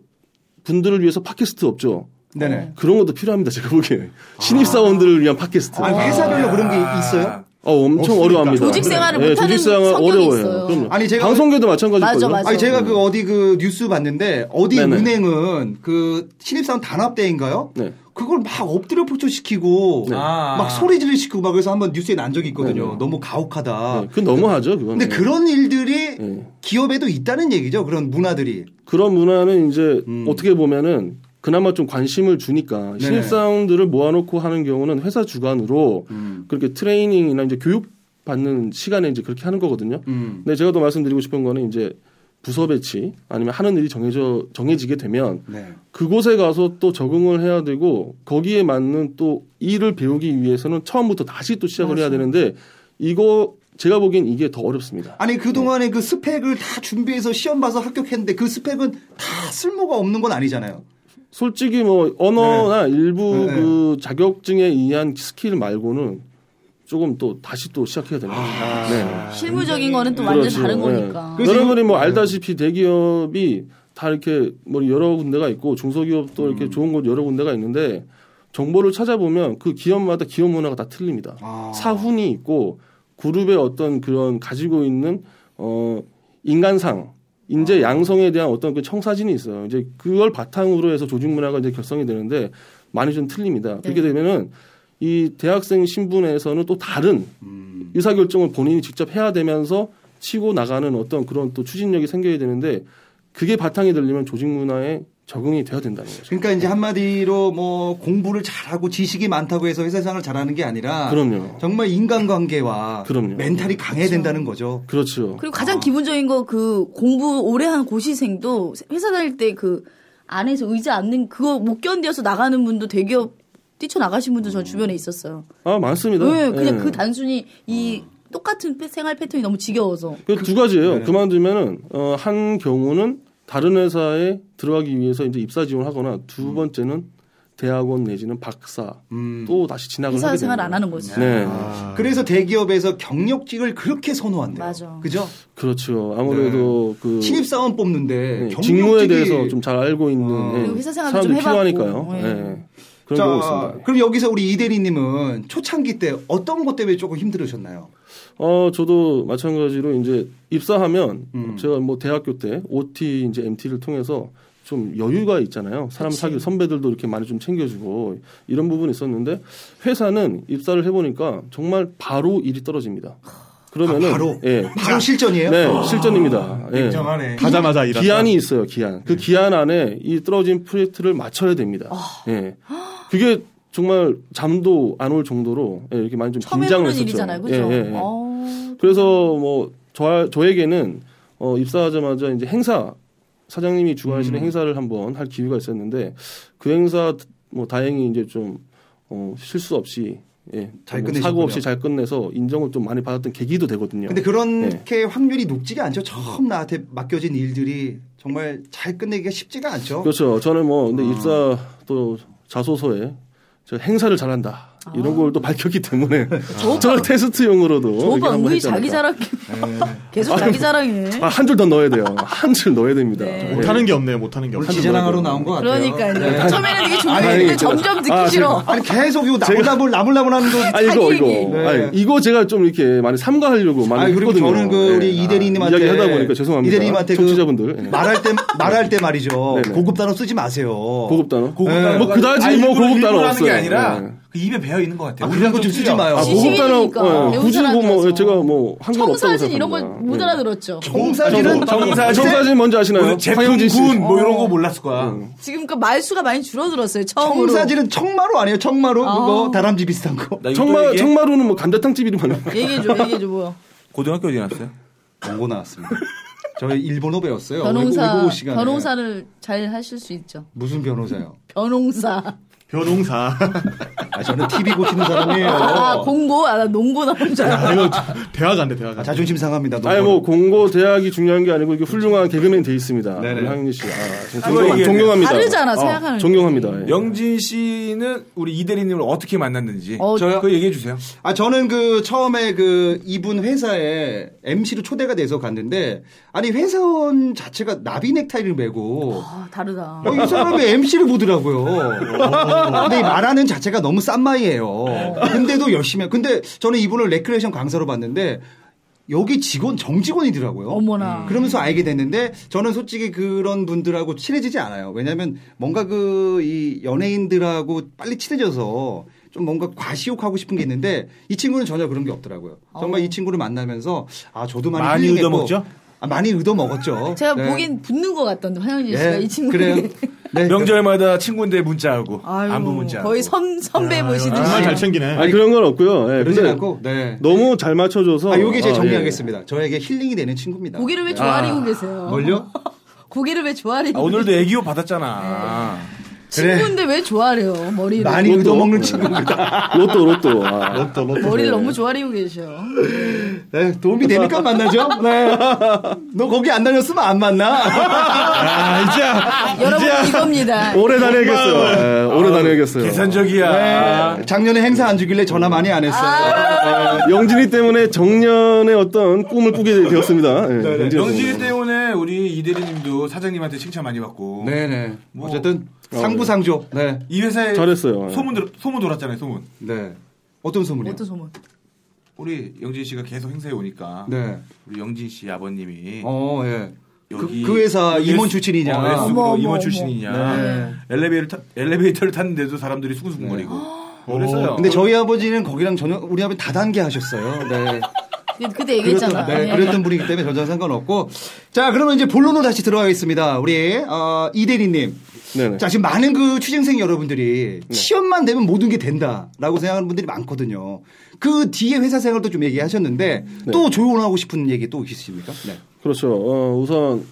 [SPEAKER 10] 분들을 위해서 팟캐스트 없죠.
[SPEAKER 3] 네. 네네.
[SPEAKER 10] 그런 것도 필요합니다. 제가 보기에 신입 사원들을 위한 팟캐스트.
[SPEAKER 3] 아, 회사별로 그런 게 있어요?
[SPEAKER 10] 어, 엄청
[SPEAKER 9] 없으니까.
[SPEAKER 10] 어려워합니다.
[SPEAKER 8] 조직 생활을
[SPEAKER 10] 예,
[SPEAKER 8] 못하는
[SPEAKER 10] 조직 생활
[SPEAKER 8] 성격이
[SPEAKER 10] 어려워요.
[SPEAKER 8] 있어요.
[SPEAKER 10] 그럼요.
[SPEAKER 3] 아니, 제가-
[SPEAKER 10] 방송계도 마찬가지거든요. 음.
[SPEAKER 8] 맞아, 맞아.
[SPEAKER 3] 아니 제가 그 어디 그 뉴스 봤는데 어디
[SPEAKER 10] 네네.
[SPEAKER 3] 은행은 그 신입사원 단합대인가요?
[SPEAKER 10] 네.
[SPEAKER 3] 그걸 막 엎드려 포초시키고
[SPEAKER 10] 네.
[SPEAKER 7] 아.
[SPEAKER 3] 막 소리 지르 시키고 막 그래서 한번 뉴스에 난 적이 있거든요.
[SPEAKER 10] 네네.
[SPEAKER 3] 너무 가혹하다.
[SPEAKER 10] 네, 그건 너무하죠, 그건.
[SPEAKER 3] 근데 그런 일들이
[SPEAKER 10] 네.
[SPEAKER 3] 기업에도 있다는 얘기죠. 그런 문화들이.
[SPEAKER 10] 그런 문화는 이제
[SPEAKER 3] 음.
[SPEAKER 10] 어떻게 보면은 그나마 좀 관심을 주니까 신입사원들을 모아놓고 하는 경우는 회사 주관으로
[SPEAKER 3] 음.
[SPEAKER 10] 그렇게 트레이닝이나 이제 교육 받는 시간에 이제 그렇게 하는 거거든요.
[SPEAKER 3] 음.
[SPEAKER 10] 근데 제가 또 말씀드리고 싶은 거는 이제 부서 배치 아니면 하는 일이 정해져 정해지게 되면
[SPEAKER 3] 네.
[SPEAKER 10] 그곳에 가서 또 적응을 해야 되고 거기에 맞는 또 일을 배우기 위해서는 처음부터 다시 또 시작을 해야 되는데 이거 제가 보기엔 이게 더 어렵습니다.
[SPEAKER 3] 아니 그 동안에 그 스펙을 다 준비해서 시험 봐서 합격했는데 그 스펙은 다 쓸모가 없는 건 아니잖아요.
[SPEAKER 10] 솔직히 뭐 언어나 일부
[SPEAKER 3] 네, 네.
[SPEAKER 10] 그 자격증에 의한 스킬 말고는 조금 또 다시 또 시작해야
[SPEAKER 3] 아,
[SPEAKER 10] 됩니다. 네.
[SPEAKER 8] 실무적인 거는 또 완전
[SPEAKER 10] 그렇죠.
[SPEAKER 8] 다른
[SPEAKER 10] 네.
[SPEAKER 8] 거니까.
[SPEAKER 3] 그래서
[SPEAKER 10] 여러분이 뭐 알다시피 대기업이 다 이렇게 뭐 여러 군데가 있고 중소기업도 이렇게
[SPEAKER 3] 음.
[SPEAKER 10] 좋은 곳 여러 군데가 있는데 정보를 찾아보면 그 기업마다 기업 문화가 다 틀립니다.
[SPEAKER 3] 아.
[SPEAKER 10] 사훈이 있고 그룹의 어떤 그런 가지고 있는 어 인간상 인재
[SPEAKER 3] 아.
[SPEAKER 10] 양성에 대한 어떤 그 청사진이 있어요. 이제 그걸 바탕으로 해서 조직 문화가 이제 결성이 되는데 많이 좀 틀립니다.
[SPEAKER 8] 네.
[SPEAKER 10] 그렇게 되면은 이 대학생 신분에서는 또 다른 의사 결정을 본인이 직접 해야 되면서 치고 나가는 어떤 그런 또 추진력이 생겨야 되는데 그게 바탕이 들리면 조직 문화에 적응이 돼야 된다는 거죠.
[SPEAKER 3] 그러니까 이제 한마디로 뭐 공부를 잘하고 지식이 많다고 해서 회사 생활을 잘하는 게 아니라
[SPEAKER 10] 그럼요.
[SPEAKER 3] 정말 인간관계와
[SPEAKER 10] 그럼요.
[SPEAKER 3] 멘탈이 강해야 된다는 거죠.
[SPEAKER 10] 그렇죠.
[SPEAKER 8] 그리고 가장 기본적인 거 그 공부 오래 한 고시생도 회사 다닐 때 그 안에서 의자 앉는 그거 못 견뎌서 나가는 분도 대기업 뛰쳐나가신 분도 전 주변에 있었어요.
[SPEAKER 10] 아 많습니다.
[SPEAKER 8] 왜 그냥
[SPEAKER 10] 예.
[SPEAKER 8] 그 단순히 이 똑같은 패- 생활 패턴이 너무 지겨워서.
[SPEAKER 10] 그 두 가지예요. 그만두면은 어, 한 경우는 다른 회사에 들어가기 위해서 이제 입사 지원하거나 두 번째는 대학원 내지는 박사
[SPEAKER 3] 음.
[SPEAKER 10] 또 다시 진학을
[SPEAKER 8] 회사
[SPEAKER 10] 하게
[SPEAKER 8] 생활
[SPEAKER 10] 됩니다.
[SPEAKER 8] 안 하는 거지.
[SPEAKER 10] 네,
[SPEAKER 7] 아.
[SPEAKER 3] 그래서 대기업에서 경력직을 그렇게 선호한대요.
[SPEAKER 8] 맞아.
[SPEAKER 3] 그죠?
[SPEAKER 10] 그렇죠. 아무래도 그
[SPEAKER 3] 신입사원 뽑는데
[SPEAKER 10] 네,
[SPEAKER 3] 경력직이
[SPEAKER 10] 직무에 대해서 좀 잘 알고 있는
[SPEAKER 3] 어.
[SPEAKER 10] 예,
[SPEAKER 8] 그리고 회사 생활도
[SPEAKER 10] 사람들이
[SPEAKER 8] 좀 해봤고.
[SPEAKER 10] 필요하니까요.
[SPEAKER 8] 예.
[SPEAKER 10] 예. 그런
[SPEAKER 3] 자,
[SPEAKER 10] 경우가 있습니다.
[SPEAKER 3] 그럼 여기서 우리 이 대리님은 초창기 때 어떤 것 때문에 조금 힘들으셨나요?
[SPEAKER 10] 어, 저도 마찬가지로 이제 입사하면
[SPEAKER 3] 음.
[SPEAKER 10] 제가 뭐 대학교 때 OT 이제 MT를 통해서 좀 여유가 있잖아요. 사람 사귀 선배들도 이렇게 많이 좀 챙겨주고 이런 부분이 있었는데 회사는 입사를 해보니까 정말 바로 일이 떨어집니다. 그러면은
[SPEAKER 3] 아, 바로
[SPEAKER 10] 예.
[SPEAKER 3] 바로 실전이에요?
[SPEAKER 10] 네, 실전입니다. 예.
[SPEAKER 7] 인정하네.
[SPEAKER 9] 가자마자 일한다.
[SPEAKER 10] 기한이 있어요, 기한.
[SPEAKER 3] 네.
[SPEAKER 10] 그 기한 안에 이 떨어진 프로젝트를 맞춰야 됩니다.
[SPEAKER 8] 아.
[SPEAKER 10] 예. 그게 정말 잠도 안 올 정도로 예, 이렇게 많이 좀
[SPEAKER 8] 처음
[SPEAKER 10] 긴장을
[SPEAKER 8] 해보는
[SPEAKER 10] 했었죠.
[SPEAKER 8] 일이잖아요, 그죠?
[SPEAKER 10] 예, 예, 예.
[SPEAKER 8] 어,
[SPEAKER 10] 그래서 뭐 저, 저에게는 어, 입사하자마자 이제 행사 사장님이 주관하시는
[SPEAKER 3] 음.
[SPEAKER 10] 행사를 한번 할 기회가 있었는데 그 행사 뭐 다행히 이제 좀 어, 실수 없이 예,
[SPEAKER 3] 잘
[SPEAKER 10] 뭐
[SPEAKER 3] 끝내셨군요.
[SPEAKER 10] 사고 없이 잘 끝내서 인정을 좀 많이 받았던 계기도 되거든요.
[SPEAKER 3] 근데 그렇게
[SPEAKER 10] 네.
[SPEAKER 3] 확률이 높지가 않죠. 처음 나한테 맡겨진 일들이 정말 잘 끝내기가 쉽지가 않죠.
[SPEAKER 10] 그렇죠. 저는 뭐 근데 입사 또 자소서에 저 행사를 잘한다 이런 걸 또 밝혔기 때문에 저는 테스트용으로도
[SPEAKER 8] 저
[SPEAKER 10] 이렇게
[SPEAKER 8] 오빠
[SPEAKER 10] 한번
[SPEAKER 8] 은근히
[SPEAKER 10] 했지 않을까.
[SPEAKER 8] 자기 자랑 계속 자기 자랑해.
[SPEAKER 10] 아, 한 줄 더 넣어야 돼요. 한 줄 넣어야 됩니다. 예.
[SPEAKER 9] 못하는 게 없네요. 못하는 게
[SPEAKER 3] 오늘
[SPEAKER 9] 없어요.
[SPEAKER 3] 지자랑하러 나온 것 같아요.
[SPEAKER 8] 그러니까요.
[SPEAKER 3] 네.
[SPEAKER 8] 처음에는 되게
[SPEAKER 10] 아니,
[SPEAKER 8] 좋아했는데 점점 듣기
[SPEAKER 10] 아,
[SPEAKER 8] 싫어.
[SPEAKER 3] 아니 계속 이거 나불나불 나불나불 하는 거
[SPEAKER 10] 아니 이거
[SPEAKER 8] 자기
[SPEAKER 10] 이거
[SPEAKER 8] 얘기.
[SPEAKER 3] 네.
[SPEAKER 10] 아니, 이거 제가 좀 이렇게 많이 삼가하려고 많이
[SPEAKER 3] 아니, 그리고
[SPEAKER 10] 했거든요. 네.
[SPEAKER 3] 저는 그 우리 이 대리님한테
[SPEAKER 10] 이야기하다 보니까 죄송합니다.
[SPEAKER 3] 이 대리님한테 그
[SPEAKER 10] 청취자분들 예.
[SPEAKER 3] 말할 때 말할 때 말이죠.
[SPEAKER 10] 네네.
[SPEAKER 3] 고급 단어 쓰지 마세요.
[SPEAKER 10] 고급 단어.
[SPEAKER 7] 고급
[SPEAKER 3] 네.
[SPEAKER 7] 단어.
[SPEAKER 10] 뭐 그다지 뭐 고급 단어
[SPEAKER 7] 하는 게
[SPEAKER 10] 없어요.
[SPEAKER 7] 아니라
[SPEAKER 10] 네.
[SPEAKER 7] 그 입에 배어 있는 것 같아요.
[SPEAKER 3] 아, 그런 거좀 쓰지 마요.
[SPEAKER 10] 아, 고급
[SPEAKER 8] 지식인이니까.
[SPEAKER 10] 단어 예,
[SPEAKER 8] 배운
[SPEAKER 10] 굳이
[SPEAKER 8] 사람이라서.
[SPEAKER 10] 뭐뭐 제가 뭐 한글 없다고
[SPEAKER 8] 청사진 이런 걸
[SPEAKER 10] 생각합니다.
[SPEAKER 8] 못
[SPEAKER 10] 예.
[SPEAKER 8] 알아들었죠.
[SPEAKER 3] 청사진은
[SPEAKER 7] 청사진.
[SPEAKER 10] 정사진 뭔지 아시나요?
[SPEAKER 7] 오늘 제품
[SPEAKER 10] 황영진 씨.
[SPEAKER 7] 군뭐 이런 거 몰랐을 거야.
[SPEAKER 8] 지금 그 말수가 많이 줄어들었어요. 처음으로.
[SPEAKER 3] 청사진은 청마루 아니에요? 청마루 그거 다람쥐 비슷한 거.
[SPEAKER 7] 나 이거 또
[SPEAKER 10] 청마
[SPEAKER 7] 얘기해?
[SPEAKER 10] 청마루는 뭐 감자탕 집이 [LAUGHS] 많아요.
[SPEAKER 8] 얘기해줘, 얘기해줘, 뭐야.
[SPEAKER 7] 고등학교 어디 나왔어요?
[SPEAKER 3] 광고 나왔습니다. 저희 일본어 배웠어요. 외국-
[SPEAKER 8] 변홍사,
[SPEAKER 3] 외국어 시간에.
[SPEAKER 8] 변홍사를 잘 하실 수 있죠.
[SPEAKER 3] 무슨 변호사요?
[SPEAKER 8] 변홍사.
[SPEAKER 9] 변홍사.
[SPEAKER 3] 아, 아, 저는 TV 고치는
[SPEAKER 10] 어.
[SPEAKER 3] 사람이에요.
[SPEAKER 8] 아, 공고? 아, 나 농고 나온 줄 알았어.
[SPEAKER 9] 아, 이거 대화가 안 돼, 대화가.
[SPEAKER 3] 아,
[SPEAKER 9] 안 돼.
[SPEAKER 3] 자존심 상합니다. 너무.
[SPEAKER 10] 아니 뭐 공고 대학이 중요한 게 아니고 이게 훌륭한 개그맨 돼 있습니다.
[SPEAKER 3] 네네. 뭐
[SPEAKER 10] 우리 황인희 씨, 아, 진짜
[SPEAKER 7] 아,
[SPEAKER 10] 존경,
[SPEAKER 7] 이게
[SPEAKER 10] 존경합니다. 어,
[SPEAKER 8] 다르잖아, 생각하는
[SPEAKER 10] 존경합니다. 예.
[SPEAKER 7] 영진 씨는 우리 이대리님을 어떻게 만났는지
[SPEAKER 8] 어,
[SPEAKER 3] 저요?
[SPEAKER 7] 그 얘기해 주세요.
[SPEAKER 3] 아, 저는 그 처음에 그 이분 회사에 MC로 초대가 돼서 갔는데 아니 회사원 자체가 나비 넥타이를 메고
[SPEAKER 8] 아, 다르다.
[SPEAKER 3] 어, 이 사람이 MC를 보더라고요.
[SPEAKER 7] 어.
[SPEAKER 3] 근데 이 말하는 자체가 너무 싼마이예요. 근데도 열심히. 해. 근데 저는 이분을 레크레이션 강사로 봤는데 여기 직원 정직원이더라고요. 음.
[SPEAKER 8] 어머나.
[SPEAKER 3] 그러면서 알게 됐는데 저는 솔직히 그런 분들하고 친해지지 않아요. 왜냐하면 뭔가 그 이 연예인들하고 빨리 친해져서 좀 뭔가 과시욕하고 싶은 게 있는데 이 친구는 전혀 그런 게 없더라고요. 정말
[SPEAKER 8] 어.
[SPEAKER 3] 이 친구를 만나면서 아 저도 많이
[SPEAKER 7] 많이
[SPEAKER 3] 힐링했고
[SPEAKER 7] 얻어먹죠?
[SPEAKER 3] 아, 많이 의도 먹었죠.
[SPEAKER 8] 제가 보기엔 붙는 것 같던데, 황영진 씨가 이 친구.
[SPEAKER 3] 네. 예, 그래요. 네.
[SPEAKER 7] 명절마다 친구인데 문자하고
[SPEAKER 8] 아유,
[SPEAKER 7] 안부 문자.
[SPEAKER 8] 거의 선, 선배 모시듯이.
[SPEAKER 9] 정말 잘 챙기네.
[SPEAKER 10] 아니 그런 건 없고요. 예,
[SPEAKER 3] 그러진
[SPEAKER 10] 근데
[SPEAKER 3] 않고 네.
[SPEAKER 10] 너무 잘 맞춰줘서.
[SPEAKER 3] 아, 요게 제
[SPEAKER 10] 아,
[SPEAKER 3] 정리하겠습니다. 저에게 힐링이 되는 친구입니다.
[SPEAKER 8] 고기를 왜 조아리고 계세요?
[SPEAKER 3] 뭘요?
[SPEAKER 8] 고기를 왜 조아리고
[SPEAKER 7] 아, 오늘도 애기호 받았잖아.
[SPEAKER 8] 친구인데 왜 조아려요? 머리를.
[SPEAKER 3] 많이
[SPEAKER 10] 로또.
[SPEAKER 3] 의도먹는 친구입니다.
[SPEAKER 10] 예. 로또 로또. 아.
[SPEAKER 9] 로또, 로또.
[SPEAKER 8] 머리를 너무 조아리고 계셔.
[SPEAKER 3] 네, 도움이 되니까 만나죠. 네. 너 거기 안 다녔으면 안 만나.
[SPEAKER 9] 아, 이제
[SPEAKER 8] 여러분, 이겁니다.
[SPEAKER 10] [LAUGHS] 오래 다녀야겠어요. 예, 오래 다녀야겠어요.
[SPEAKER 7] 계산적이야.
[SPEAKER 3] 네, 작년에 행사 안 주길래 전화 많이 안 했어요.
[SPEAKER 8] 아.
[SPEAKER 10] 영진이 때문에 정년의 어떤 꿈을 꾸게 되었습니다. 예, 영진이
[SPEAKER 7] 네, 영진이
[SPEAKER 10] 때문에.
[SPEAKER 7] 때문에 우리 이대리님도 사장님한테 칭찬 많이 받고.
[SPEAKER 3] 네네.
[SPEAKER 7] 뭐.
[SPEAKER 3] 어쨌든 상부상조. 네.
[SPEAKER 7] 이 회사에
[SPEAKER 10] 잘했어요.
[SPEAKER 9] 네.
[SPEAKER 7] 소문 들, 소문 돌았잖아요. 소문.
[SPEAKER 3] 네. 어떤 선물이요?
[SPEAKER 8] 어떤 소문?
[SPEAKER 7] 우리 영진 씨가 계속 행사에 오니까.
[SPEAKER 3] 네.
[SPEAKER 7] 우리 영진 씨 아버님이
[SPEAKER 3] 어, 예.
[SPEAKER 7] 여기
[SPEAKER 3] 그, 그 회사
[SPEAKER 7] 여기
[SPEAKER 3] 임원
[SPEAKER 7] S-
[SPEAKER 3] 출신이냐.
[SPEAKER 7] 어, S-
[SPEAKER 8] 어머, 어머,
[SPEAKER 7] 임원
[SPEAKER 8] 어머.
[SPEAKER 7] 출신이냐.
[SPEAKER 3] 네.
[SPEAKER 7] 엘리베이터 타- 엘리베이터를 탔는데도 사람들이 수근수근거리고.
[SPEAKER 8] 네.
[SPEAKER 7] 그랬어요.
[SPEAKER 3] 근데 저희 아버지는 거기랑 전혀 우리 아버지 다단계 하셨어요. 네.
[SPEAKER 8] 근데 그때 얘기했잖아.
[SPEAKER 3] 그랬던, 네,
[SPEAKER 8] 예.
[SPEAKER 3] 그랬던 분이기 때문에 전혀 상관없고. 자, 그러면 이제 본론으로 다시 들어가겠습니다. 우리, 어, 이대리님.
[SPEAKER 10] 네네. 네.
[SPEAKER 3] 자, 지금 많은 그 취준생 여러분들이 취업만 되면 모든 게 된다라고 생각하는 분들이 많거든요. 그 뒤에 회사 생활도 좀 얘기하셨는데
[SPEAKER 10] 네.
[SPEAKER 3] 또 조언하고 싶은 얘기 또 있으십니까? 네.
[SPEAKER 10] 그렇죠. 어, 우선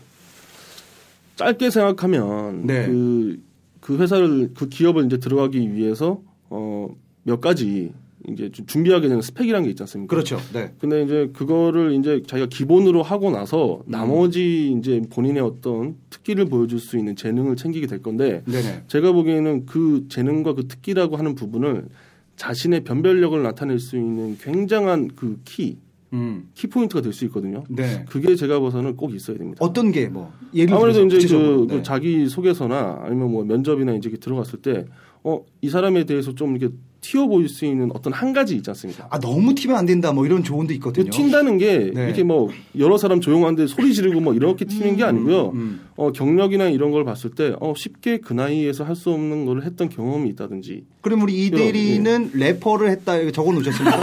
[SPEAKER 10] 짧게 생각하면
[SPEAKER 3] 네.
[SPEAKER 10] 그, 그 회사를 그 기업을 이제 들어가기 위해서 어, 몇 가지 이제 좀 준비하게 되는 스펙이라는 게 있지 않습니까?
[SPEAKER 3] 그렇죠. 네.
[SPEAKER 10] 근데 이제 그거를 이제 자기가 기본으로 하고 나서
[SPEAKER 3] 음.
[SPEAKER 10] 나머지 이제 본인의 어떤 특기를 보여줄 수 있는 재능을 챙기게 될 건데
[SPEAKER 3] 네네.
[SPEAKER 10] 제가 보기에는 그 재능과 그 특기라고 하는 부분을 자신의 변별력을 나타낼 수 있는 굉장한 그 키,
[SPEAKER 3] 음.
[SPEAKER 10] 키 포인트가 될 수 있거든요.
[SPEAKER 3] 네.
[SPEAKER 10] 그게 제가 봐서는 꼭 있어야 됩니다.
[SPEAKER 3] 어떤 게 뭐, 예를
[SPEAKER 10] 아무래도
[SPEAKER 3] 들어서
[SPEAKER 10] 이제 그,
[SPEAKER 3] 구체적으로.
[SPEAKER 10] 그
[SPEAKER 3] 네.
[SPEAKER 10] 자기 소개서나 아니면 뭐 면접이나 이제 이렇게 들어갔을 때 어, 이 사람에 대해서 좀 이렇게 튀어 보일 수 있는 어떤 한 가지 있지 않습니까?
[SPEAKER 3] 아, 너무 튀면 안 된다 뭐 이런 조언도
[SPEAKER 10] 그
[SPEAKER 3] 있거든요.
[SPEAKER 10] 튄다는 게
[SPEAKER 3] 네.
[SPEAKER 10] 이렇게 뭐 여러 사람 조용한데 소리 지르고 뭐 이렇게 튀는 게 아니고요.
[SPEAKER 3] 음.
[SPEAKER 10] 어, 경력이나 이런 걸 봤을 때 어, 쉽게 그 나이에서 할 수 없는 걸 했던 경험이 있다든지
[SPEAKER 3] 그럼 우리 이대리는
[SPEAKER 10] 네.
[SPEAKER 3] 래퍼를 했다 이거 적어 놓으셨습니까?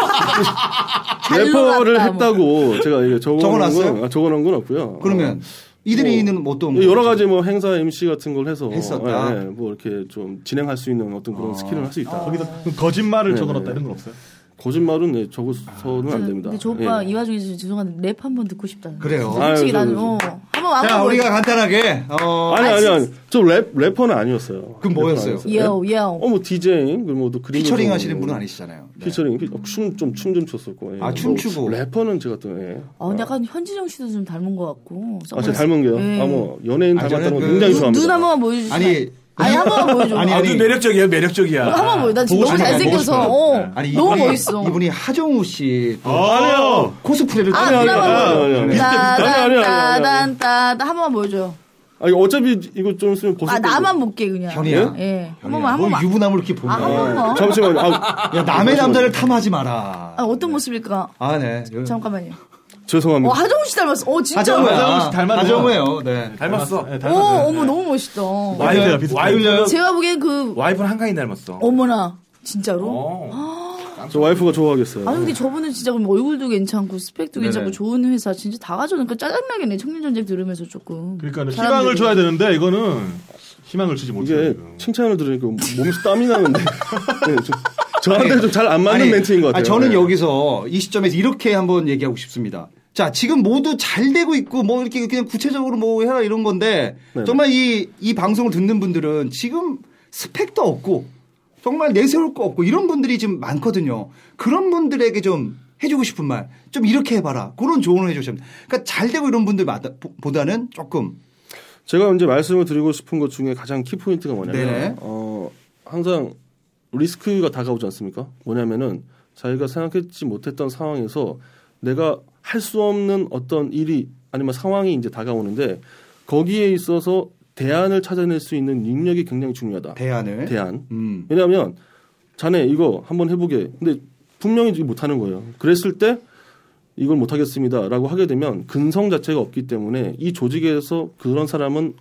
[SPEAKER 10] 래퍼를
[SPEAKER 8] 놀랐다,
[SPEAKER 10] 했다고 제가 이게 적어놓은
[SPEAKER 3] 뭐. 적어놨어요?
[SPEAKER 10] 건, 아, 적어놓은 건 없고요.
[SPEAKER 3] 그러면 이대리는 어떤
[SPEAKER 10] 어,
[SPEAKER 3] 거
[SPEAKER 10] 여러 가지 뭐 행사 MC 같은 걸 해서
[SPEAKER 3] 했었다. 아.
[SPEAKER 10] 예, 예, 뭐 이렇게 좀 진행할 수 있는 어떤 그런 스킬을 할 수 있다.
[SPEAKER 9] 거기다 거짓말을
[SPEAKER 10] 네,
[SPEAKER 9] 적어놨다
[SPEAKER 10] 네.
[SPEAKER 9] 이런 건 없어요?
[SPEAKER 10] 거짓말은 네, 적어서는 안 됩니다.
[SPEAKER 8] 아. 근데 저 오빠
[SPEAKER 10] 예.
[SPEAKER 8] 이 와중에 진짜 죄송한데 랩 한 번 듣고 싶다.
[SPEAKER 3] 그래요.
[SPEAKER 8] 솔직히
[SPEAKER 10] 아유,
[SPEAKER 8] 나는
[SPEAKER 10] 저-
[SPEAKER 8] 어, 한번 와보
[SPEAKER 3] 자, 우리가 간단하게 어,
[SPEAKER 10] 아니 아니 아니. 저 랩 래퍼는 아니었어요.
[SPEAKER 3] 그럼 뭐였어요?
[SPEAKER 8] 예요 예요.
[SPEAKER 10] 어뭐 DJ 그리고 또 그림
[SPEAKER 3] 피처링 하시는 분은 아니시잖아요. 네.
[SPEAKER 10] 뭐. 피처링 어, 춤좀춤 좀 췄었고. 예.
[SPEAKER 3] 아, 춤 추고.
[SPEAKER 10] 래퍼는 제가 또 예.
[SPEAKER 8] 어, 근데 약간 현진영 씨도 좀 닮은 것 같고.
[SPEAKER 10] 아, 제가 닮은 게요.
[SPEAKER 8] 예.
[SPEAKER 10] 아, 뭐 연예인
[SPEAKER 3] 아니,
[SPEAKER 10] 닮았다는 거
[SPEAKER 3] 저는 그-
[SPEAKER 10] 굉장히
[SPEAKER 8] 눈-
[SPEAKER 10] 좋아합니다.
[SPEAKER 8] 눈 한번 보여주시.
[SPEAKER 3] 아니,
[SPEAKER 8] 아니 한 번만 보여줘.
[SPEAKER 3] 아니,
[SPEAKER 8] 아니,
[SPEAKER 7] 아주 매력적이야, 매력적이야.
[SPEAKER 8] 한번 보여. 나 지금
[SPEAKER 9] 보고 싶어요,
[SPEAKER 8] 너무 잘생겨서.
[SPEAKER 9] 보고
[SPEAKER 8] 어,
[SPEAKER 9] 싶어요.
[SPEAKER 3] 네. 아니
[SPEAKER 8] 너무
[SPEAKER 3] 이분이-
[SPEAKER 8] 멋있어.
[SPEAKER 3] 이분이 하정우 씨 또
[SPEAKER 9] 아니요.
[SPEAKER 3] 코스프레를
[SPEAKER 8] 아,
[SPEAKER 3] 또 해요. 네.
[SPEAKER 8] 그나마
[SPEAKER 10] 아니요, 아니요. 아니요, 아니요, 아니요.
[SPEAKER 8] 따단따단따단 한 번만 보여줘.
[SPEAKER 10] 아니 어차피 이거 좀 쓰면 벗을
[SPEAKER 8] 아
[SPEAKER 10] 거예요.
[SPEAKER 8] 나만 볼게 그냥.
[SPEAKER 3] 현이야?
[SPEAKER 8] 예. 한 번만 한
[SPEAKER 3] 뭘
[SPEAKER 8] 번만.
[SPEAKER 3] 유부남을 이렇게 보면
[SPEAKER 8] 아, 한 번만.
[SPEAKER 10] 잠시만요. 아,
[SPEAKER 3] 야, 남의 남자를 탐하지 마라.
[SPEAKER 8] 아, 어떤 모습일까?
[SPEAKER 3] 아, 네.
[SPEAKER 8] 잠깐만요.
[SPEAKER 10] 죄송합니다.
[SPEAKER 8] 어 하정우 씨 닮았어. 어 진짜.
[SPEAKER 9] 하정우 씨 닮았네요.
[SPEAKER 3] 하정우예요. 네.
[SPEAKER 7] 닮았어.
[SPEAKER 9] 네,
[SPEAKER 8] 오
[SPEAKER 9] 닮았어요.
[SPEAKER 8] 어머 너무 멋있다.
[SPEAKER 9] 비슷해요, 비슷해요.
[SPEAKER 7] 와이프는
[SPEAKER 8] 제가 보기엔 그
[SPEAKER 7] 와이프는 한가인 닮았어.
[SPEAKER 8] 어머나 진짜로.
[SPEAKER 7] 어.
[SPEAKER 10] 저 와이프가 좋아하겠어요.
[SPEAKER 8] 아 근데 저분은 진짜 그럼 얼굴도 괜찮고 스펙도 괜찮고 좋은 회사 진짜 다 가져오니까 짜증나겠네 청년 전쟁 들으면서 조금.
[SPEAKER 9] 그러니까
[SPEAKER 8] 사람들이.
[SPEAKER 9] 희망을 줘야 되는데 이거는 희망을 주지
[SPEAKER 3] 뭐
[SPEAKER 9] 못해요.
[SPEAKER 10] 이게
[SPEAKER 3] 그
[SPEAKER 9] 지금.
[SPEAKER 10] 칭찬을 들으니까 몸에서 땀이
[SPEAKER 3] [LAUGHS]
[SPEAKER 10] 나는데 네, 좀, 저한테 좀 잘 안 맞는
[SPEAKER 3] 아니,
[SPEAKER 10] 멘트인 것 같아요.
[SPEAKER 3] 아, 저는
[SPEAKER 10] 네.
[SPEAKER 3] 여기서 이 시점에서 이렇게 한번 얘기하고 싶습니다. 자, 지금 모두 잘 되고 있고 뭐 이렇게 그냥 구체적으로 뭐 해라 이런 건데
[SPEAKER 10] 네.
[SPEAKER 3] 정말 이 이 방송을 듣는 분들은 지금 스펙도 없고 정말 내세울 거 없고 이런 분들이 지금 많거든요. 그런 분들에게 좀 해주고 싶은 말, 좀 이렇게 해봐라. 그런 조언을 해주시면. 그러니까 잘 되고 이런 분들보다는 조금
[SPEAKER 10] 제가 이제 말씀을 드리고 싶은 것 중에 가장 키포인트가 뭐냐면
[SPEAKER 3] 네.
[SPEAKER 10] 어, 항상 리스크가 다가오지 않습니까? 뭐냐면은 자기가 생각했지 못했던 상황에서 내가 할 수 없는 어떤 일이 아니면 상황이 이제 다가오는데 거기에 있어서 대안을 찾아낼 수 있는 능력이 굉장히 중요하다.
[SPEAKER 3] 대안을.
[SPEAKER 10] 대안.
[SPEAKER 3] 음.
[SPEAKER 10] 왜냐하면 자네 이거 한번 해보게. 근데 분명히 이제 못하는 거예요. 그랬을 때 이걸 못하겠습니다라고 하게 되면 근성 자체가 없기 때문에 이 조직에서 그런 사람은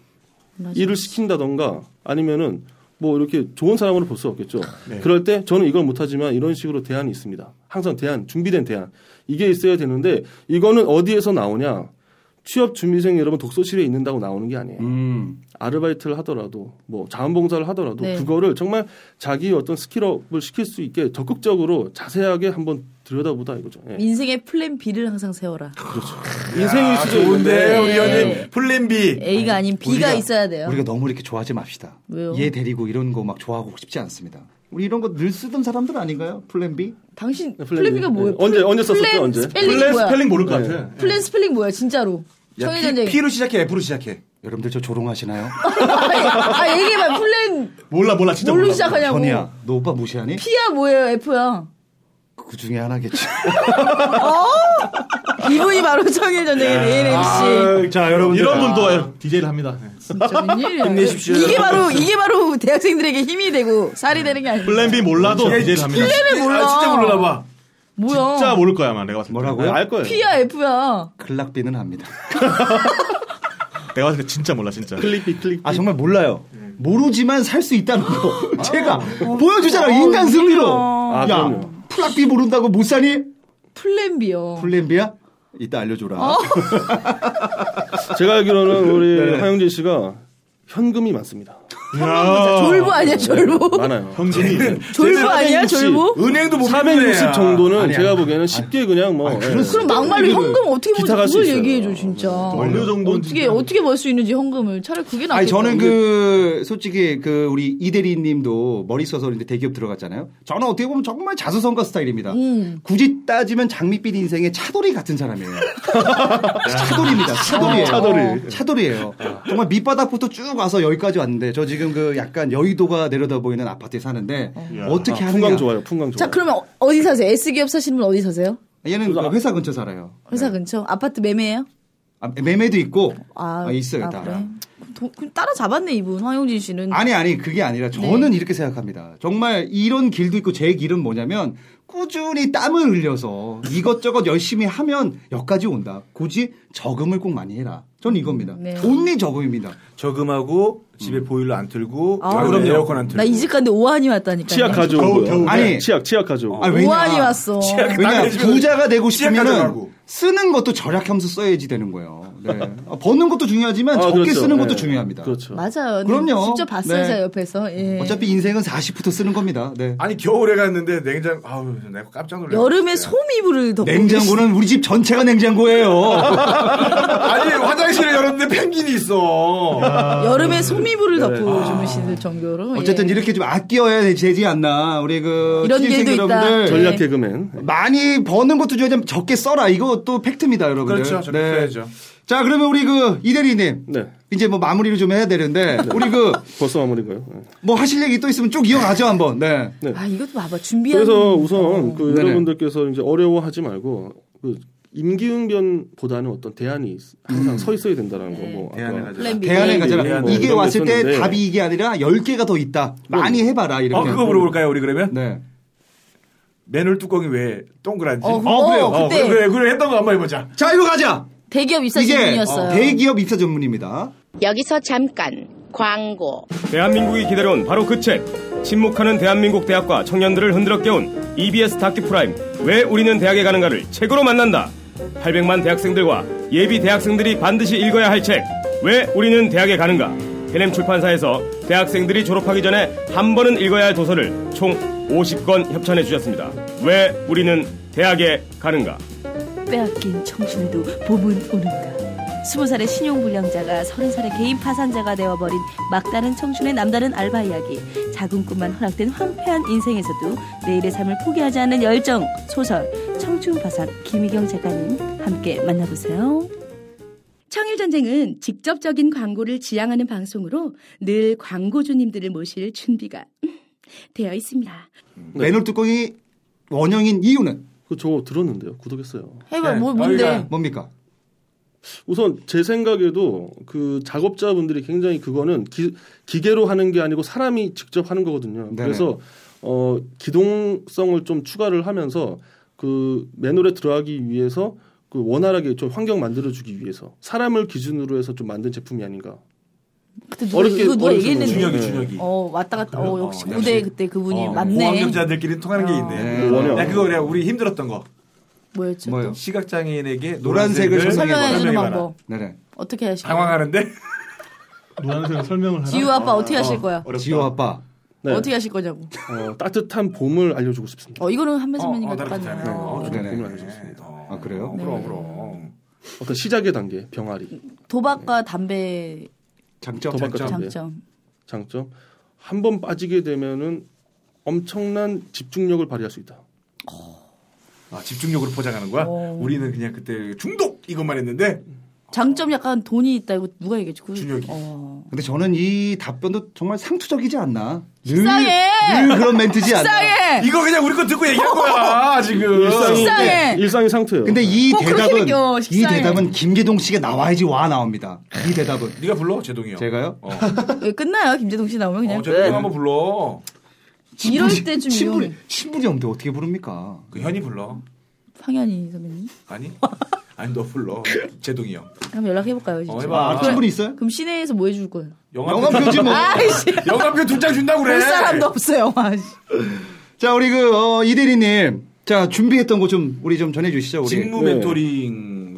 [SPEAKER 10] 일을 시킨다던가 아니면은 뭐 이렇게 좋은 사람으로 볼 수 없겠죠. 그럴 때 저는 이걸 못하지만 이런 식으로 대안이 있습니다. 항상 대안, 준비된 대안. 이게 있어야 되는데 이거는 어디에서 나오냐. 취업 준비생 여러분 독서실에 있는다고 나오는 게 아니에요.
[SPEAKER 3] 음.
[SPEAKER 10] 아르바이트를 하더라도 뭐 자원봉사를 하더라도
[SPEAKER 8] 네.
[SPEAKER 10] 그거를 정말 자기 어떤 스킬업을 시킬 수 있게 적극적으로 자세하게 한번 들여다보다 이거죠. 예. 그렇죠.
[SPEAKER 8] 인생의 플랜 B를 항상 세워라.
[SPEAKER 10] 인생일 수도
[SPEAKER 7] 좋은데
[SPEAKER 10] 있는데
[SPEAKER 7] 우리
[SPEAKER 8] 네.
[SPEAKER 7] 연님 플랜 B.
[SPEAKER 8] A가 아닌 B가 있어야 돼요.
[SPEAKER 3] 우리가 너무 이렇게 좋아하지 맙시다.
[SPEAKER 8] 왜요?
[SPEAKER 3] 얘 데리고 이런 거 막 좋아하고 싶지 않습니다. 우리 이런 거 늘 쓰던 사람들 아닌가요? 플랜 B?
[SPEAKER 8] 당신
[SPEAKER 10] 플랜
[SPEAKER 8] 플랜 B가
[SPEAKER 10] B.
[SPEAKER 8] 뭐예요?
[SPEAKER 10] 네. 언제- 언제 썼었죠,
[SPEAKER 8] 플랜
[SPEAKER 10] 언제?
[SPEAKER 8] 스펠링이
[SPEAKER 9] 플랜
[SPEAKER 8] 뭐야?
[SPEAKER 9] 스펠링 모를 것
[SPEAKER 3] 네.
[SPEAKER 9] 같아.
[SPEAKER 8] 플랜 스펠링 뭐야? 진짜로.
[SPEAKER 7] 야,
[SPEAKER 8] 청해
[SPEAKER 7] P,
[SPEAKER 8] 전쟁.
[SPEAKER 7] P로 시작해, F로 시작해.
[SPEAKER 3] 여러분들 저
[SPEAKER 8] 어,
[SPEAKER 3] 조롱하시나요?
[SPEAKER 8] 아 얘기해봐. 플랜
[SPEAKER 9] 몰라 몰라 진짜
[SPEAKER 8] 뭘로
[SPEAKER 9] 몰라.
[SPEAKER 8] 시작하냐고.
[SPEAKER 3] 현이야, 너 오빠 무시하니?
[SPEAKER 8] P야 뭐예요? F야.
[SPEAKER 3] 그 중에 [LAUGHS] 하나겠지.
[SPEAKER 8] 이분이 바로 청해 전쟁의 메인 MC.
[SPEAKER 9] 아, 자 여러분 이런 분도 DJ를 합니다. 네.
[SPEAKER 8] 진짜 웬일이야.
[SPEAKER 7] 힘내십시오,
[SPEAKER 8] 이게
[SPEAKER 7] 여러분.
[SPEAKER 8] 바로 이게 바로 대학생들에게 힘이 되고 살이 되는 게 아니야.
[SPEAKER 9] 플랜 B 몰라도 DJ를 합니다.
[SPEAKER 8] 플랜을 몰라.
[SPEAKER 7] 아, 진짜 몰라봐.
[SPEAKER 8] 뭐야?
[SPEAKER 9] 진짜 모를 거야, 아마 내가 봤을 때.
[SPEAKER 3] 뭐라고요?
[SPEAKER 9] 알 거예요.
[SPEAKER 8] P야 F야.
[SPEAKER 3] 클락비는 합니다.
[SPEAKER 9] 내가 봤을 때 진짜 몰라, 진짜.
[SPEAKER 10] 클릭비 클릭.
[SPEAKER 3] 아 정말 몰라요. 모르지만 살 수 있다는 거 [LAUGHS] 제가 보여주잖아 인간 승리로.
[SPEAKER 8] 아,
[SPEAKER 3] 야
[SPEAKER 10] 그럼요.
[SPEAKER 3] 플락비 모른다고 못 사니?
[SPEAKER 8] 플랜 B요.
[SPEAKER 3] 플랜비야? 이따 알려줘라.
[SPEAKER 8] 어,
[SPEAKER 10] 제가 알기로는 우리
[SPEAKER 3] 네.
[SPEAKER 10] 하영진 씨가 현금이 많습니다.
[SPEAKER 8] 진짜 졸부 아니야
[SPEAKER 10] 네,
[SPEAKER 8] 졸부?
[SPEAKER 10] 많아요.
[SPEAKER 9] 형진이.
[SPEAKER 8] 졸부 아니야
[SPEAKER 10] 460.
[SPEAKER 8] 졸부?
[SPEAKER 7] 네. 은행도 못
[SPEAKER 10] 460
[SPEAKER 7] 믿네.
[SPEAKER 10] 정도는
[SPEAKER 3] 아니야.
[SPEAKER 10] 제가 보기에는 쉽게 그냥 뭐 예.
[SPEAKER 8] 그럼 막말로 현금 어떻게 벌지
[SPEAKER 10] 기타 갈수
[SPEAKER 8] 그걸
[SPEAKER 10] 있어요.
[SPEAKER 8] 얘기해줘 진짜.
[SPEAKER 10] 아,
[SPEAKER 9] 어느 정도인지.
[SPEAKER 8] 어떻게 어떻게 벌 수 있는지 현금을 차라리 그게 낫겠다.
[SPEAKER 3] 아니 저는 그 솔직히 그 우리 이대리님도 머리 써서 이제 대기업 들어갔잖아요. 저는 어떻게 보면 정말 자수성가 스타일입니다.
[SPEAKER 8] 음.
[SPEAKER 3] 굳이 따지면 장밋빛 인생의 차돌이 같은 사람이에요. 차돌입니다. 차돌이에요.
[SPEAKER 9] 차돌이.
[SPEAKER 3] 차돌이에요. 정말 밑바닥부터 쭉 와서 여기까지 왔는데 저 지금 그 약간 여의도가 내려다 보이는 아파트에 사는데
[SPEAKER 9] 야.
[SPEAKER 3] 어떻게
[SPEAKER 10] 아,
[SPEAKER 3] 하느냐?
[SPEAKER 10] 풍광 좋아요. 풍광 좋아요.
[SPEAKER 8] 자 그러면 어- 어디 사세요? S 기업 사시는 분 어디 사세요?
[SPEAKER 3] 얘는 그 회사 근처 살아요. 네.
[SPEAKER 8] 회사 근처 아파트 매매예요?
[SPEAKER 3] 아, 매매도 있고
[SPEAKER 8] 아,
[SPEAKER 3] 아, 있어요
[SPEAKER 8] 아,
[SPEAKER 3] 따라.
[SPEAKER 8] 그래? 그럼 도- 그럼 따라 잡았네 이분 황용진 씨는.
[SPEAKER 3] 아니 아니 그게 아니라 저는 이렇게 생각합니다. 정말 이런 길도 있고 제 길은 뭐냐면 꾸준히 땀을 흘려서 이것저것 열심히 하면 여기까지 온다. 굳이 저금을 꼭 많이 해라. 전 이겁니다.
[SPEAKER 8] 네.
[SPEAKER 3] 온리 저금입니다.
[SPEAKER 7] 저금하고 집에 보일러 안 틀고
[SPEAKER 8] 아,
[SPEAKER 7] 여름에
[SPEAKER 8] 그럼요.
[SPEAKER 7] 에어컨 안 틀고.
[SPEAKER 8] 나 이집 갔는데 오한이 왔다니까.
[SPEAKER 10] 치약 가져오고.
[SPEAKER 9] 겨우, 겨우.
[SPEAKER 3] 아니.
[SPEAKER 10] 치약 치약 가져오고.
[SPEAKER 3] 아, 왜냐?
[SPEAKER 8] 오한이 왔어.
[SPEAKER 3] 왜냐 부자가 되고 싶으면
[SPEAKER 7] 시작하더라고.
[SPEAKER 3] 쓰는 것도 절약하면서 써야지 되는 거예요.
[SPEAKER 10] [LAUGHS]
[SPEAKER 3] 네. 아, 버는 것도 중요하지만
[SPEAKER 10] 아,
[SPEAKER 3] 적게
[SPEAKER 10] 그렇죠.
[SPEAKER 3] 쓰는 것도
[SPEAKER 10] 네.
[SPEAKER 3] 중요합니다.
[SPEAKER 10] 그렇죠.
[SPEAKER 8] 맞아요.
[SPEAKER 3] 그럼요.
[SPEAKER 8] 직접 봤어요
[SPEAKER 3] 네.
[SPEAKER 8] 제가 옆에서. 예.
[SPEAKER 3] 어차피 인생은 40부터 쓰는 겁니다. 네.
[SPEAKER 7] 아니 겨울에 갔는데 냉장 아우 내가 깜짝 놀랐어.
[SPEAKER 8] 여름에 솜이불을 덮고.
[SPEAKER 3] 냉장고는 우리 집 전체가
[SPEAKER 10] [LAUGHS]
[SPEAKER 3] 냉장고예요.
[SPEAKER 7] [LAUGHS] 아니 화장실에 열었는데 펭귄이 있어.
[SPEAKER 8] 계시- 여름에 솜이불을 덮고 주무시는 정도로. 예.
[SPEAKER 3] 아. 네. 어쨌든 이렇게 좀 아껴야 되지 않나. 우리 그
[SPEAKER 8] 이런
[SPEAKER 3] 취준생
[SPEAKER 8] 길도 있다.
[SPEAKER 3] 여러분들
[SPEAKER 8] 네.
[SPEAKER 10] 전략 개그맨.
[SPEAKER 3] 많이 버는 것도 중요하지만 적게 써라. 이거 또 팩트입니다, 여러분들. 네.
[SPEAKER 7] 그렇죠. 적게 써야죠.
[SPEAKER 3] 자, 그러면 우리 그 이대리님.
[SPEAKER 10] 네.
[SPEAKER 3] 이제 뭐 마무리를 좀 해야 되는데 우리 그 뭐
[SPEAKER 10] 벌써 마무리고요. 네.
[SPEAKER 3] 하실 얘기 또 있으면 쭉 이어가죠 한번. 네.
[SPEAKER 8] 아 이것도 봐봐 준비하는.
[SPEAKER 10] 그래서 우선 그
[SPEAKER 3] 네네.
[SPEAKER 10] 여러분들께서 이제 어려워하지 말고 그 임기응변보다는 어떤 대안이 있- 항상 서 있어야 된다라는 거. 뭐
[SPEAKER 7] 음. 네. 대안을
[SPEAKER 10] 아까
[SPEAKER 7] 가져.
[SPEAKER 8] 플랜 B.
[SPEAKER 3] 대안에
[SPEAKER 10] 네,
[SPEAKER 3] 가잖아.
[SPEAKER 10] 네, 뭐
[SPEAKER 3] 이게
[SPEAKER 10] 이런 거
[SPEAKER 3] 왔을 때
[SPEAKER 10] 있었는데.
[SPEAKER 3] 답이 이게 아니라 열개가더 있다. 많이 해봐라.
[SPEAKER 7] 아
[SPEAKER 3] 이렇게.
[SPEAKER 7] 그거 물어볼까요 우리 그러면?
[SPEAKER 3] 네.
[SPEAKER 7] 맨홀 뚜껑이 왜 동그란지.
[SPEAKER 8] 어, 그거 그때.
[SPEAKER 7] 그래, 그래, 그래 했던 거 한번 해보자.
[SPEAKER 3] 자, 이거 가자.
[SPEAKER 8] 대기업 입사신
[SPEAKER 3] 이게
[SPEAKER 8] 분이었어요.
[SPEAKER 3] 대기업 입사 전문입니다.
[SPEAKER 4] 여기서 잠깐 광고.
[SPEAKER 11] 대한민국이 기다려온 바로 그 책. 침묵하는 대한민국 대학과 청년들을 흔들어 깨운 E EBS 다큐 프라임. 왜 우리는 대학에 가는가를 책으로 만난다. 800만 대학생들과 예비 대학생들이 반드시 읽어야 할 책. 왜 우리는 대학에 가는가. 해냄 출판사에서 대학생들이 졸업하기 전에 한 번은 읽어야 할 도서를 총 50권 협찬해 주셨습니다. 왜 우리는 대학에 가는가.
[SPEAKER 8] 빼앗긴 청춘에도 봄은 오는가.
[SPEAKER 12] 20살의 신용불량자가 30살의 개인 파산자가 되어버린 막다른 청춘의 남다른 알바 이야기 작은 꿈만 허락된 황폐한 인생에서도 내일의 삶을 포기하지 않는 열정 소설 청춘파산 김희경 작가님 함께 만나보세요.
[SPEAKER 4] 청일전쟁은 직접적인 광고를 지향하는 방송으로 늘 광고주님들을 모실 준비가 되어 있습니다.
[SPEAKER 3] 맨홀 뚜껑이 원형인 이유는?
[SPEAKER 10] 그저 들었는데요. 구독했어요.
[SPEAKER 8] 해봐,
[SPEAKER 3] 네,
[SPEAKER 8] 뭐, 뭔데?
[SPEAKER 3] 저희가 뭡니까?
[SPEAKER 10] 우선 제 생각에도 그 작업자분들이 굉장히 그거는 기, 기계로 하는 게 아니고 사람이 직접 하는 거거든요.
[SPEAKER 3] 네네.
[SPEAKER 10] 그래서 어 기동성을 좀 추가를 하면서 그 맨홀에 들어가기 위해서 그 원활하게 좀 환경 만들어 주기 위해서 사람을 기준으로 해서 좀 만든 제품이 아닌가.
[SPEAKER 8] 그때 누가,
[SPEAKER 10] 어렵게-
[SPEAKER 8] 그 누가
[SPEAKER 10] 어렵게
[SPEAKER 8] 얘기했는데.
[SPEAKER 10] 준혁이,
[SPEAKER 7] 네.
[SPEAKER 10] 준혁이.
[SPEAKER 8] 어, 왔다 갔다. 어, 역시
[SPEAKER 7] 어,
[SPEAKER 8] 무대에
[SPEAKER 7] 역시.
[SPEAKER 8] 그때 그분이
[SPEAKER 7] 어,
[SPEAKER 8] 맞네.
[SPEAKER 7] 고학력자들끼리 통하는 게 있네.
[SPEAKER 10] 그 원형.
[SPEAKER 7] 야, 그거 그래. 우리 힘들었던 거.
[SPEAKER 8] 뭐였죠?
[SPEAKER 7] 뭐요? 시각장애인에게
[SPEAKER 3] 노란색을
[SPEAKER 7] 노란색을
[SPEAKER 8] 설명해 주는
[SPEAKER 7] 설명해봐라.
[SPEAKER 8] 방법.
[SPEAKER 3] 네네.
[SPEAKER 8] 어떻게 하실 거예요?
[SPEAKER 7] 당황하는데
[SPEAKER 10] 노란색 설명을
[SPEAKER 8] 지우 아빠 어떻게 하실 거야?
[SPEAKER 3] 지호 아빠.
[SPEAKER 8] 어떻게 하실 거냐고.
[SPEAKER 10] 네. 어, 따뜻한 봄을 알려주고 싶습니다.
[SPEAKER 8] 어, 이거는 한배 선배님과 똑같네요.
[SPEAKER 7] 어,
[SPEAKER 10] 따뜻한 봄을 알려주고 싶습니다.
[SPEAKER 3] 아 그래요?
[SPEAKER 10] 그럼 그럼. 어떤 시작의 단계 병아리.
[SPEAKER 8] 도박과 담배
[SPEAKER 3] 장점
[SPEAKER 10] 도박과 네. 그 담배.
[SPEAKER 8] 장점.
[SPEAKER 10] 장점 한 번 빠지게 되면은 엄청난 집중력을 발휘할 수 있다.
[SPEAKER 7] 아, 집중력으로 포장하는 거야. 우리는 그냥 그때 중독 이것만 했는데
[SPEAKER 8] 장점 약간 돈이 있다 이거 누가 얘기했지? 그-
[SPEAKER 7] 준혁이.
[SPEAKER 8] 어.
[SPEAKER 3] 근데 저는 이 답변도 정말 상투적이지 않나? 늘,
[SPEAKER 8] 식상해!
[SPEAKER 3] 늘 그런 멘트지 않나?
[SPEAKER 8] 식상해!
[SPEAKER 7] 이거 그냥 우리 거 듣고 얘기한 거야 지금.
[SPEAKER 10] 일상이
[SPEAKER 8] 식상해!
[SPEAKER 10] 일상이 상투예요.
[SPEAKER 3] 근데 이
[SPEAKER 8] 꼭 그렇게
[SPEAKER 3] 대답은
[SPEAKER 8] 느껴,
[SPEAKER 3] 이
[SPEAKER 8] 식상해.
[SPEAKER 3] 대답은 김기동 씨가 나와야지 와 나옵니다. 이 대답은
[SPEAKER 7] 네가 불러 제동이 형.
[SPEAKER 3] 제가요?
[SPEAKER 8] 왜 예, 끝나요? 김재동 씨 나오면 그냥.
[SPEAKER 7] 어, 제동이 형 한번 불러.
[SPEAKER 8] 이럴 때좀
[SPEAKER 3] 신분이
[SPEAKER 8] 위험해.
[SPEAKER 3] 신분이 없는데 어떻게 부릅니까?
[SPEAKER 7] 그 현이 불러.
[SPEAKER 8] 황현희 선배님.
[SPEAKER 7] 아니? 아니 너 불러. 제동이 형.
[SPEAKER 8] 한번 연락해볼까요? 진짜?
[SPEAKER 7] 어, 해봐. 아,
[SPEAKER 8] 네.
[SPEAKER 3] 신분이 있어요?
[SPEAKER 8] 그럼 시내에서 뭐 해줄 거예요?
[SPEAKER 3] 영화표지 뭐.
[SPEAKER 8] 아이씨.
[SPEAKER 7] [LAUGHS] 영감표 두 장 준다고 그래.
[SPEAKER 8] 볼 사람도 없어요. 아이씨.
[SPEAKER 3] 자 우리 그 어, 이대리님 자 준비했던 거 좀 우리 좀 전해주시죠 우리.
[SPEAKER 7] 직무
[SPEAKER 10] 네.
[SPEAKER 7] 멘토링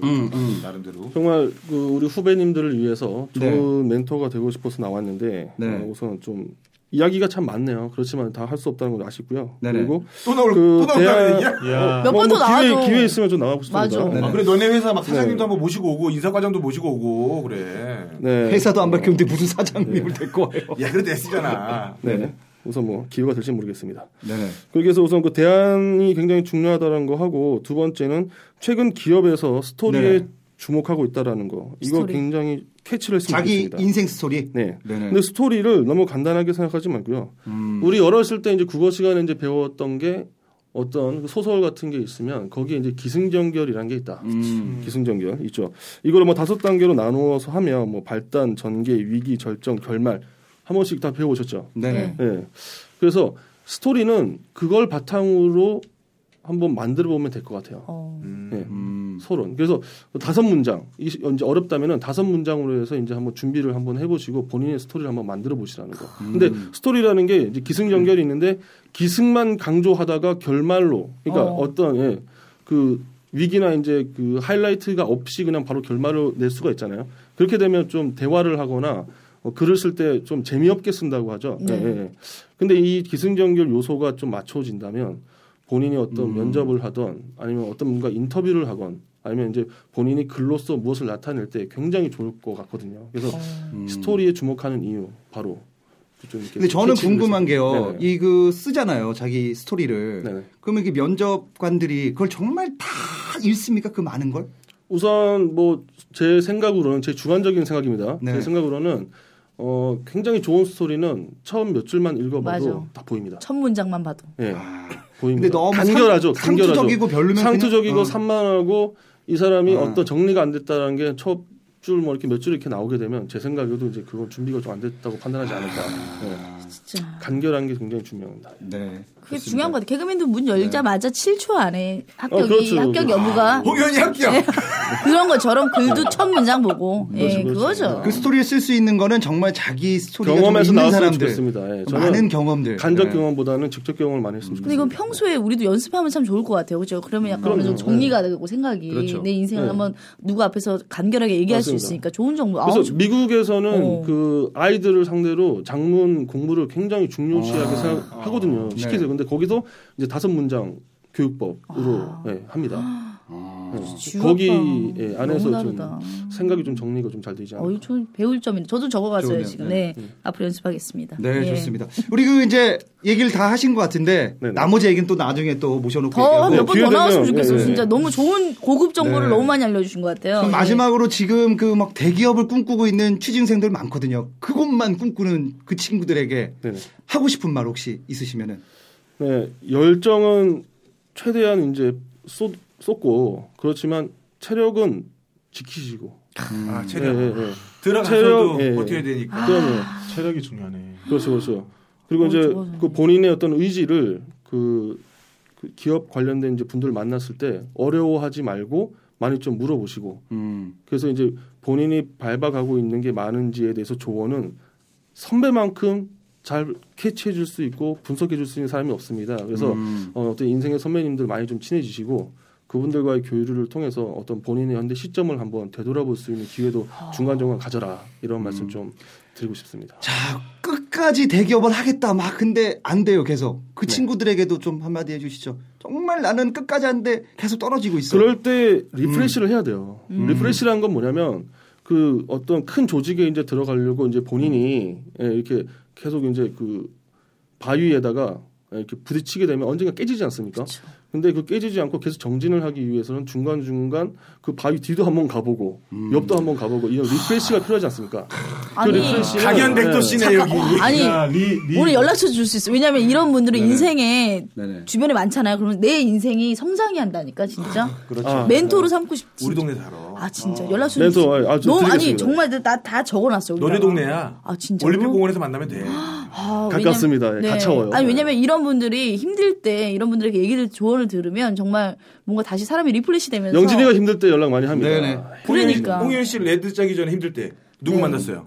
[SPEAKER 7] 나름대로.
[SPEAKER 10] 정말 그 우리 후배님들을 위해서 좋은 멘토가 되고 싶어서 나왔는데
[SPEAKER 3] 네.
[SPEAKER 10] 어, 우선 좀 이야기가 참 많네요. 그렇지만 다 할 수 없다는 걸 아시고요.
[SPEAKER 3] 네네.
[SPEAKER 10] 그리고
[SPEAKER 7] 또 나올
[SPEAKER 10] 그
[SPEAKER 7] 또 나온다는
[SPEAKER 10] 대학 어, 뭐,
[SPEAKER 7] 얘기야?
[SPEAKER 8] 몇번더
[SPEAKER 10] 기회,
[SPEAKER 8] 나와도.
[SPEAKER 10] 기회 있으면 좀 나가고 싶습니다.
[SPEAKER 8] 맞아.
[SPEAKER 7] 아,
[SPEAKER 3] 네네.
[SPEAKER 7] 그래 너네 회사 막 사장님도
[SPEAKER 10] 네.
[SPEAKER 7] 한번 모시고 오고 인사과장도 모시고 오고 그래.
[SPEAKER 10] 네.
[SPEAKER 3] 아, 회사도 안 밝혔는데 무슨 사장님을 데리고 와요?
[SPEAKER 7] 야 그래도 애쓰잖아.
[SPEAKER 10] 네. 우선 뭐 기회가 될지 모르겠습니다.
[SPEAKER 3] 네네.
[SPEAKER 10] 그래서 우선 그 대안이 굉장히 중요하다는 거 하고 두 번째는 최근 기업에서 스토리에
[SPEAKER 3] 네네.
[SPEAKER 10] 주목하고 있다라는 거. 이거
[SPEAKER 8] 스토리.
[SPEAKER 10] 굉장히 캐치를 했으면
[SPEAKER 3] 자기
[SPEAKER 10] 좋겠습니다.
[SPEAKER 3] 인생 스토리.
[SPEAKER 10] 네.
[SPEAKER 3] 네네.
[SPEAKER 10] 근데 스토리를 너무 간단하게 생각하지 말고요.
[SPEAKER 3] 음.
[SPEAKER 10] 우리 어렸을 때 이제 국어 시간에 이제 배웠던 게 어떤 그 소설 같은 게 있으면 거기에 이제 기승전결이라는 게 있다.
[SPEAKER 3] 음.
[SPEAKER 10] 기승전결 있죠. 이걸 뭐 다섯 단계로 나누어서 하면 뭐 발단, 전개, 위기, 절정, 결말 한 번씩 다 배워오셨죠.
[SPEAKER 3] 네네.
[SPEAKER 10] 예. 그래서 스토리는 그걸 바탕으로 한번 만들어 보면 될 것 같아요.
[SPEAKER 8] 어.
[SPEAKER 10] 예.
[SPEAKER 3] 음.
[SPEAKER 10] 서론. 그래서 다섯 문장. 이 이제 어렵다면은 다섯 문장으로 해서 이제 한번 준비를 한번 해보시고 본인의 스토리를 한번 만들어 보시라는 거. 근데 스토리라는 게 이제 기승전결이 있는데 기승만 강조하다가 결말로 그러니까
[SPEAKER 8] 어.
[SPEAKER 10] 어. 떤 예, 그 위기나 이제 그 하이라이트가 없이 그냥 바로 결말로 낼 수가 있잖아요. 그렇게 되면 좀 대화를 하거나 어, 글을 쓸 때 좀 재미없게 쓴다고 하죠.
[SPEAKER 8] 네.
[SPEAKER 10] 예, 예. 근데 이 기승전결 요소가 좀 맞춰진다면 본인이
[SPEAKER 3] 음.
[SPEAKER 10] 어떤 면접을 하던 아니면 어떤 뭔가 인터뷰를 하건 아니면 이제 본인이 글로써 무엇을 나타낼 때 굉장히 좋을 것 같거든요. 그래서
[SPEAKER 3] 어.
[SPEAKER 8] 음.
[SPEAKER 10] 스토리에 주목하는 이유 바로 좀 이렇게
[SPEAKER 3] 근데 저는
[SPEAKER 10] 캐치를
[SPEAKER 3] 궁금한
[SPEAKER 10] 해서.
[SPEAKER 3] 게요.
[SPEAKER 10] 네네.
[SPEAKER 3] 이 그 쓰잖아요. 자기 스토리를.
[SPEAKER 10] 네네.
[SPEAKER 3] 그러면 이게 면접관들이 그걸 정말 다 읽습니까? 그 많은 걸?
[SPEAKER 10] 우선 뭐 제 생각으로는 제 주관적인 생각입니다.
[SPEAKER 3] 네.
[SPEAKER 10] 제 생각으로는 어 굉장히 좋은 스토리는 처음 몇 줄만 읽어봐도
[SPEAKER 8] 맞아.
[SPEAKER 10] 다 보입니다.
[SPEAKER 8] 첫 문장만 봐도.
[SPEAKER 10] 예. 보입니다.
[SPEAKER 3] 아. 근데 너무
[SPEAKER 10] 간결하죠.
[SPEAKER 3] 상- 상투적이고 별로면 그냥-
[SPEAKER 10] 상투적이고
[SPEAKER 3] 어.
[SPEAKER 10] 산만하고 이 사람이
[SPEAKER 3] 어.
[SPEAKER 10] 어떤 정리가 안 됐다는 게 첫 줄 뭐 이렇게 몇 줄 이렇게 나오게 되면 제 생각에도 이제 그건 준비가 좀 안 됐다고 판단하지 않을까. 예.
[SPEAKER 8] 진짜.
[SPEAKER 10] 간결한 게 굉장히 중요합니다. 네.
[SPEAKER 3] 네.
[SPEAKER 8] 그게 중요한 거 같아. 개그맨도 문 열자마자 7초 안에 합격이,
[SPEAKER 10] 어, 그렇죠. 아.
[SPEAKER 8] 합격 여부가.
[SPEAKER 7] 홍현이 합격.
[SPEAKER 8] 그런 것처럼 글도 첫 문장 보고. 예,
[SPEAKER 10] 그렇죠,
[SPEAKER 8] 그거죠.
[SPEAKER 3] 그 스토리를 쓸 수 있는 거는 정말 자기 스토리가
[SPEAKER 10] 경험에서
[SPEAKER 3] 좀 있는
[SPEAKER 10] 나왔으면
[SPEAKER 3] 사람들.
[SPEAKER 10] 좋겠습니다. 예, 저는
[SPEAKER 3] 많은 경험들.
[SPEAKER 10] 간접
[SPEAKER 3] 네.
[SPEAKER 10] 경험보다는 직접 경험을 많이 했으면
[SPEAKER 8] 근데
[SPEAKER 10] 좋겠습니다.
[SPEAKER 8] 이건 평소에 우리도 연습하면 참 좋을 것 같아요. 그죠? 그러면 약간 어느 정도
[SPEAKER 10] 그럼요.
[SPEAKER 8] 정리가 되고 생각이
[SPEAKER 3] 그렇죠.
[SPEAKER 8] 내 인생을
[SPEAKER 10] 네.
[SPEAKER 8] 한번 누구 앞에서 간결하게 얘기할 수
[SPEAKER 10] 맞습니다.
[SPEAKER 8] 있으니까 좋은 정보. 아우,
[SPEAKER 10] 그래서 미국에서는
[SPEAKER 8] 어.
[SPEAKER 10] 그 아이들을 상대로 장문 공부를 굉장히 중요시하게
[SPEAKER 7] 아.
[SPEAKER 10] 생각하거든요. 시키세요.
[SPEAKER 7] 네.
[SPEAKER 10] 근데 거기서 이제 다섯 문장
[SPEAKER 8] 아.
[SPEAKER 10] 교육법으로 예, 합니다. 예,
[SPEAKER 8] 지우
[SPEAKER 10] 거기
[SPEAKER 8] 아빠.
[SPEAKER 10] 예,
[SPEAKER 8] 너무
[SPEAKER 10] 안에서 좀
[SPEAKER 8] 다르다.
[SPEAKER 10] 생각이 좀 정리가 좀 잘 되지 않을까.
[SPEAKER 8] 어이, 좀 배울 점인데. 저도 적어갔어요,
[SPEAKER 10] 좋네요.
[SPEAKER 8] 지금.
[SPEAKER 10] 네.
[SPEAKER 8] 네. 앞으로 연습하겠습니다.
[SPEAKER 3] 네,
[SPEAKER 8] 예.
[SPEAKER 3] 좋습니다. 우리 그 이제 얘기를 다 하신 것 같은데
[SPEAKER 10] 네,
[SPEAKER 3] 나머지 얘기는 또 나중에 또 모셔놓고
[SPEAKER 8] 더,
[SPEAKER 3] 네, 얘기하고.
[SPEAKER 8] 몇 번 더 나왔으면 좋겠어요. 진짜 너무 좋은 고급 정보를
[SPEAKER 3] 네.
[SPEAKER 8] 너무 많이 알려주신 것 같아요.
[SPEAKER 3] 그럼
[SPEAKER 8] 예.
[SPEAKER 3] 마지막으로 지금 그 막 대기업을 꿈꾸고 있는 취준생들 많거든요. 그것만 꿈꾸는 그 친구들에게 하고 싶은 말 혹시 있으시면은
[SPEAKER 10] 네, 열정은 최대한 이제 쏟, 쏟고 그렇지만 체력은 지키시고. 네,
[SPEAKER 7] 아, 체력.
[SPEAKER 9] 들어가서도
[SPEAKER 7] 버텨야
[SPEAKER 8] 아.
[SPEAKER 7] 되니까.
[SPEAKER 10] 그럼요.
[SPEAKER 9] 체력이 중요하네.
[SPEAKER 10] 그렇죠, 그렇죠. 그리고
[SPEAKER 9] 어,
[SPEAKER 10] 이제
[SPEAKER 9] 좋아서.
[SPEAKER 10] 그 본인의 어떤 의지를 그, 그 기업 관련된 이제 분들 만났을 때 어려워하지 말고 많이 좀 물어보시고 그래서 이제 본인이 밟아가고 있는 게 많은지에 대해서 조언은 선배만큼 잘 캐치해 줄 수 있고 분석해 줄 수 있는 사람이 없습니다. 그래서
[SPEAKER 9] 음.
[SPEAKER 10] 어, 어떤 인생의 선배님들 많이 좀 친해지시고 그분들과의 교류를 통해서 어떤 본인의 현대 시점을 한번 되돌아볼 수 있는 기회도 중간중간 가져라 이런 말씀 좀 드리고 싶습니다.
[SPEAKER 3] 끝까지 대기업을 하겠다 막 근데 안 돼요 계속 그
[SPEAKER 10] 네.
[SPEAKER 3] 친구들에게도 좀 한마디 해주시죠. 정말 나는 끝까지 하는데 계속 떨어지고 있어.
[SPEAKER 10] 그럴 때 리프레시를 해야 돼요.
[SPEAKER 3] 음.
[SPEAKER 10] 리프레시라는 건 뭐냐면 그 어떤 큰 조직에 이제 들어가려고 이제 본인이 예, 이렇게 계속 이제 그 바위에다가 예, 이렇게 부딪히게 되면 언젠가 깨지지 않습니까? 근데 그 깨지지 않고 계속 정진을 하기 위해서는 중간 중간 그 바위 뒤도 한번 가보고
[SPEAKER 3] 음.
[SPEAKER 10] 옆도 한번 가보고 이런 리프레시가 필요하지 않습니까? 그
[SPEAKER 8] 아니.
[SPEAKER 7] 각연백도 씨네,
[SPEAKER 10] 예.
[SPEAKER 7] 여기.
[SPEAKER 8] 어, 아니 오늘 연락처 줄 수 있어. 왜냐면 이런 분들은
[SPEAKER 10] 네네.
[SPEAKER 8] 인생에
[SPEAKER 10] 네네.
[SPEAKER 8] 주변에 많잖아요. 그러면 내 인생이 성장이 한다니까 진짜.
[SPEAKER 10] 그렇죠. 아,
[SPEAKER 8] 멘토로 삼고 싶지.
[SPEAKER 7] 우리 동네 살아.
[SPEAKER 8] 아 진짜 연락처
[SPEAKER 7] 멘토,
[SPEAKER 8] 줄 수-
[SPEAKER 7] 아, 저
[SPEAKER 8] 너무 아니
[SPEAKER 7] 드리겠습니다.
[SPEAKER 8] 정말 나 다 적어놨어.
[SPEAKER 7] 음. 너네
[SPEAKER 8] 여기다가.
[SPEAKER 7] 동네야.
[SPEAKER 8] 아 진짜.
[SPEAKER 7] 올림픽공원에서 만나면 돼.
[SPEAKER 8] 아,
[SPEAKER 7] 가깝습니다.
[SPEAKER 8] 왜냐면-
[SPEAKER 7] 예, 가까워요.
[SPEAKER 8] 아니 왜냐면 이런 분들이 힘들 때 이런 분들에게 얘기를 조언을 들으면 정말 뭔가 다시 사람이 리플레시 되면서
[SPEAKER 10] 영진이가 힘들 때 연락 많이 합니다.
[SPEAKER 8] 그러니까.
[SPEAKER 7] 홍윤 씨 레드 짜기 전에 힘들 때 누구
[SPEAKER 8] 네.
[SPEAKER 7] 만났어요?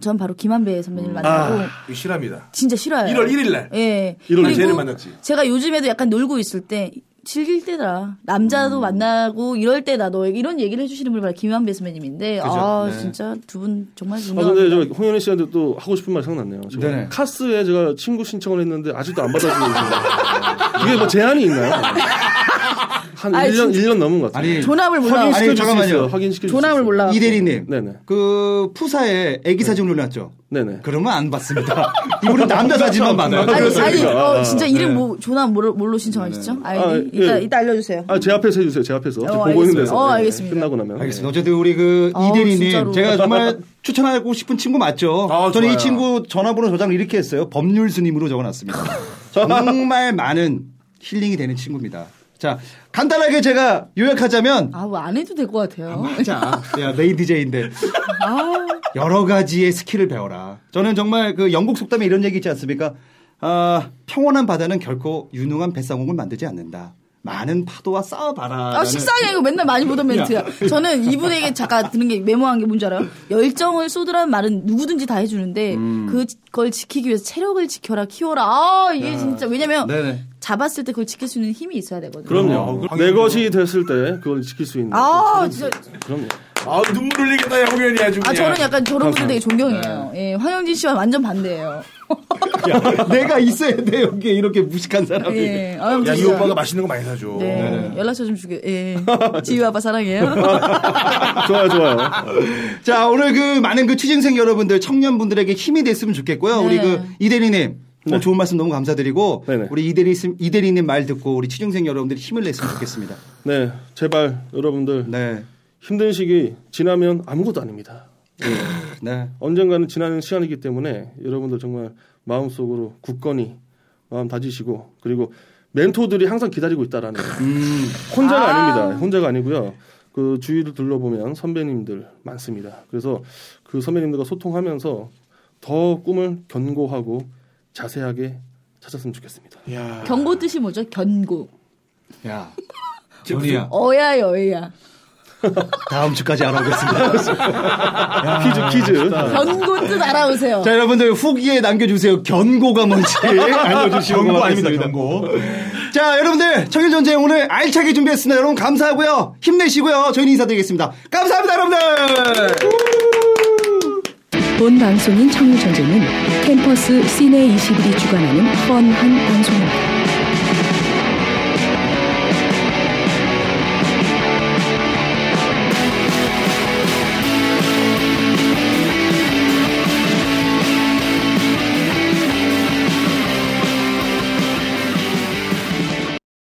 [SPEAKER 8] 전 바로 김한배 선배님을 만나고
[SPEAKER 7] 아, 이거 실합니다.
[SPEAKER 8] 진짜 싫어요.
[SPEAKER 7] 1월 1일 날.
[SPEAKER 8] 예.
[SPEAKER 7] 일월
[SPEAKER 8] 그리고
[SPEAKER 7] 쟤를 만났지.
[SPEAKER 8] 제가 요즘에도 약간 놀고 있을 때 즐길 때다.
[SPEAKER 7] 음.
[SPEAKER 8] 남자도 만나고 이럴 때다. 너 이런 얘기를 해주시는 분이 바로 김한배 선배님인데
[SPEAKER 10] 그죠?
[SPEAKER 8] 아
[SPEAKER 10] 네.
[SPEAKER 8] 진짜 두 분 정말
[SPEAKER 10] 아
[SPEAKER 8] 존경합니다.
[SPEAKER 10] 근데 저 홍현희 씨한테 또 하고 싶은 말 생각났네요. 저
[SPEAKER 9] 네네.
[SPEAKER 10] 카스에 제가 친구 신청을 했는데 아직도 안 받아주고 있어요. 이게 뭐 제한이 있나요? 한
[SPEAKER 8] 아니,
[SPEAKER 10] 1년
[SPEAKER 8] 진짜.
[SPEAKER 10] 일 년 넘은 것 같아요.
[SPEAKER 8] 조남을 몰라.
[SPEAKER 10] 확인시켜 줄 수 있어요. 확인시켜 줄
[SPEAKER 8] 조남을 몰라.
[SPEAKER 3] 이 대리님.
[SPEAKER 10] 네네. 네.
[SPEAKER 3] 그 푸사에 애기 사진 올려놨죠.
[SPEAKER 10] 네네.
[SPEAKER 3] 그러면 안 봤습니다. [LAUGHS] 이분은 남자 사진만 많아요.
[SPEAKER 8] 아니, 아니 어, 진짜 이름
[SPEAKER 10] 네.
[SPEAKER 8] 뭐 조남 뭘로, 뭘로 신청하시죠? 아이디
[SPEAKER 10] 아, 예.
[SPEAKER 8] 이따 이따 알려주세요.
[SPEAKER 10] 아, 제 앞에서 해주세요. 제 앞에서.
[SPEAKER 8] 어,
[SPEAKER 10] 저 보고 있는
[SPEAKER 8] 알겠습니다.
[SPEAKER 10] 데서.
[SPEAKER 8] 어,
[SPEAKER 10] 네.
[SPEAKER 8] 알겠습니다.
[SPEAKER 10] 끝나고 나면.
[SPEAKER 3] 알겠습니다. 어쨌든 우리 그
[SPEAKER 10] 아우,
[SPEAKER 3] 이대리님
[SPEAKER 10] 진짜로.
[SPEAKER 3] 제가 정말 추천하고 싶은 친구 맞죠? 저는 이
[SPEAKER 10] 좋아요.
[SPEAKER 3] 친구 전화번호 저장을 이렇게 했어요. 법률
[SPEAKER 10] [LAUGHS]
[SPEAKER 3] 스님으로 적어놨습니다. 정말 많은 힐링이 되는 친구입니다. 자 간단하게 제가 요약하자면
[SPEAKER 8] 아뭐안 해도 될 것 같아요.
[SPEAKER 3] 자, 야 메인 DJ인데
[SPEAKER 8] 아.
[SPEAKER 3] 여러 가지의 스킬을 배워라. 저는 정말 그 영국 속담에 이런 얘기 있지 않습니까? 아, 평온한 바다는 결코 유능한 뱃사공을 만들지 않는다. 많은 파도와 싸워봐라.
[SPEAKER 8] 아, 식상해. 이거 맨날 많이 보던 멘트야.
[SPEAKER 3] 야.
[SPEAKER 8] 저는 이분에게 잠깐 드는 게 메모한 게 뭔지 알아요? 열정을 쏟으라는 말은 누구든지 다 해주는데 그걸 지키기 위해서 체력을 지켜라, 키워라. 아, 이게
[SPEAKER 10] 야.
[SPEAKER 8] 진짜 왜냐면
[SPEAKER 10] 네네.
[SPEAKER 8] 잡았을 때 그걸 지킬 수 있는 힘이 있어야 되거든요.
[SPEAKER 10] 네. 그럼요. 내 것이 됐을 때 그걸 지킬 수 있는.
[SPEAKER 8] 아, 진짜.
[SPEAKER 10] 그럼요. [LAUGHS]
[SPEAKER 7] 아, 눈물 흘리겠다, 양우현이 아주.
[SPEAKER 8] 아, 저는 약간 저런 분들 되게 존경해요.
[SPEAKER 7] 네.
[SPEAKER 8] 예, 황영진 씨와 완전 반대예요.
[SPEAKER 3] 내가 [LAUGHS] 있어야 돼 여기에 이렇게 무식한 네. 사람이.
[SPEAKER 8] 예, 아유,
[SPEAKER 7] 야, 이
[SPEAKER 8] 진짜.
[SPEAKER 7] 오빠가 맛있는 거 많이 사줘.
[SPEAKER 8] 네. 연락처 좀 주게. 예. 지유 아빠 사랑해요.
[SPEAKER 10] [LAUGHS] 좋아요, 좋아요.
[SPEAKER 3] [LAUGHS] 자, 오늘 그 많은 그 취준생 여러분들, 청년분들에게 힘이 됐으면 좋겠고요. 우리
[SPEAKER 8] 네.
[SPEAKER 3] 그 이대리님. 오늘 좋은 말씀 너무 감사드리고 우리 이대리 이대리님 말 듣고 우리 취준생 여러분들이 힘을 냈으면 좋겠습니다.
[SPEAKER 10] 네, 제발
[SPEAKER 3] 네.
[SPEAKER 10] 여러분들 힘든 시기 지나면 아무것도 아닙니다. 예.
[SPEAKER 3] 네.
[SPEAKER 10] 언젠가는 지나는 시간이기 때문에 여러분들 정말 마음속으로 굳건히 마음 다지시고 그리고 멘토들이 항상 기다리고 있다라는 거. 혼자가
[SPEAKER 9] 아.
[SPEAKER 10] 아~ 닙니다 혼자가 아니고요. 그 주위를 둘러보면 선배님들 많습니다. 그래서 그 선배님들과 소통하면서 더 꿈을 견고하고 자세하게 찾았으면 좋겠습니다.
[SPEAKER 8] 경고 뜻이 뭐죠? 견고.
[SPEAKER 3] 야, 전이야.
[SPEAKER 8] 어야 여야.
[SPEAKER 3] 다음 주까지 알아보겠습니다.
[SPEAKER 10] 퀴즈, 퀴즈.
[SPEAKER 8] 견고 뜻 알아오세요.
[SPEAKER 3] 자, 여러분들 후기에 남겨주세요.
[SPEAKER 9] [LAUGHS]
[SPEAKER 3] 견고가 뭔지 알려주시고
[SPEAKER 9] 경고
[SPEAKER 3] 고맙겠습니다.
[SPEAKER 9] 아닙니다. 경고.
[SPEAKER 3] 자, 여러분들 청일전쟁 오늘 알차게 준비했습니다. 여러분 감사하고요. 힘내시고요. 저희는 인사드리겠습니다. 감사합니다, 여러분들.
[SPEAKER 13] 본 방송인 청류전쟁은 캠퍼스 시내 21이 주관하는 뻔한 방송입니다.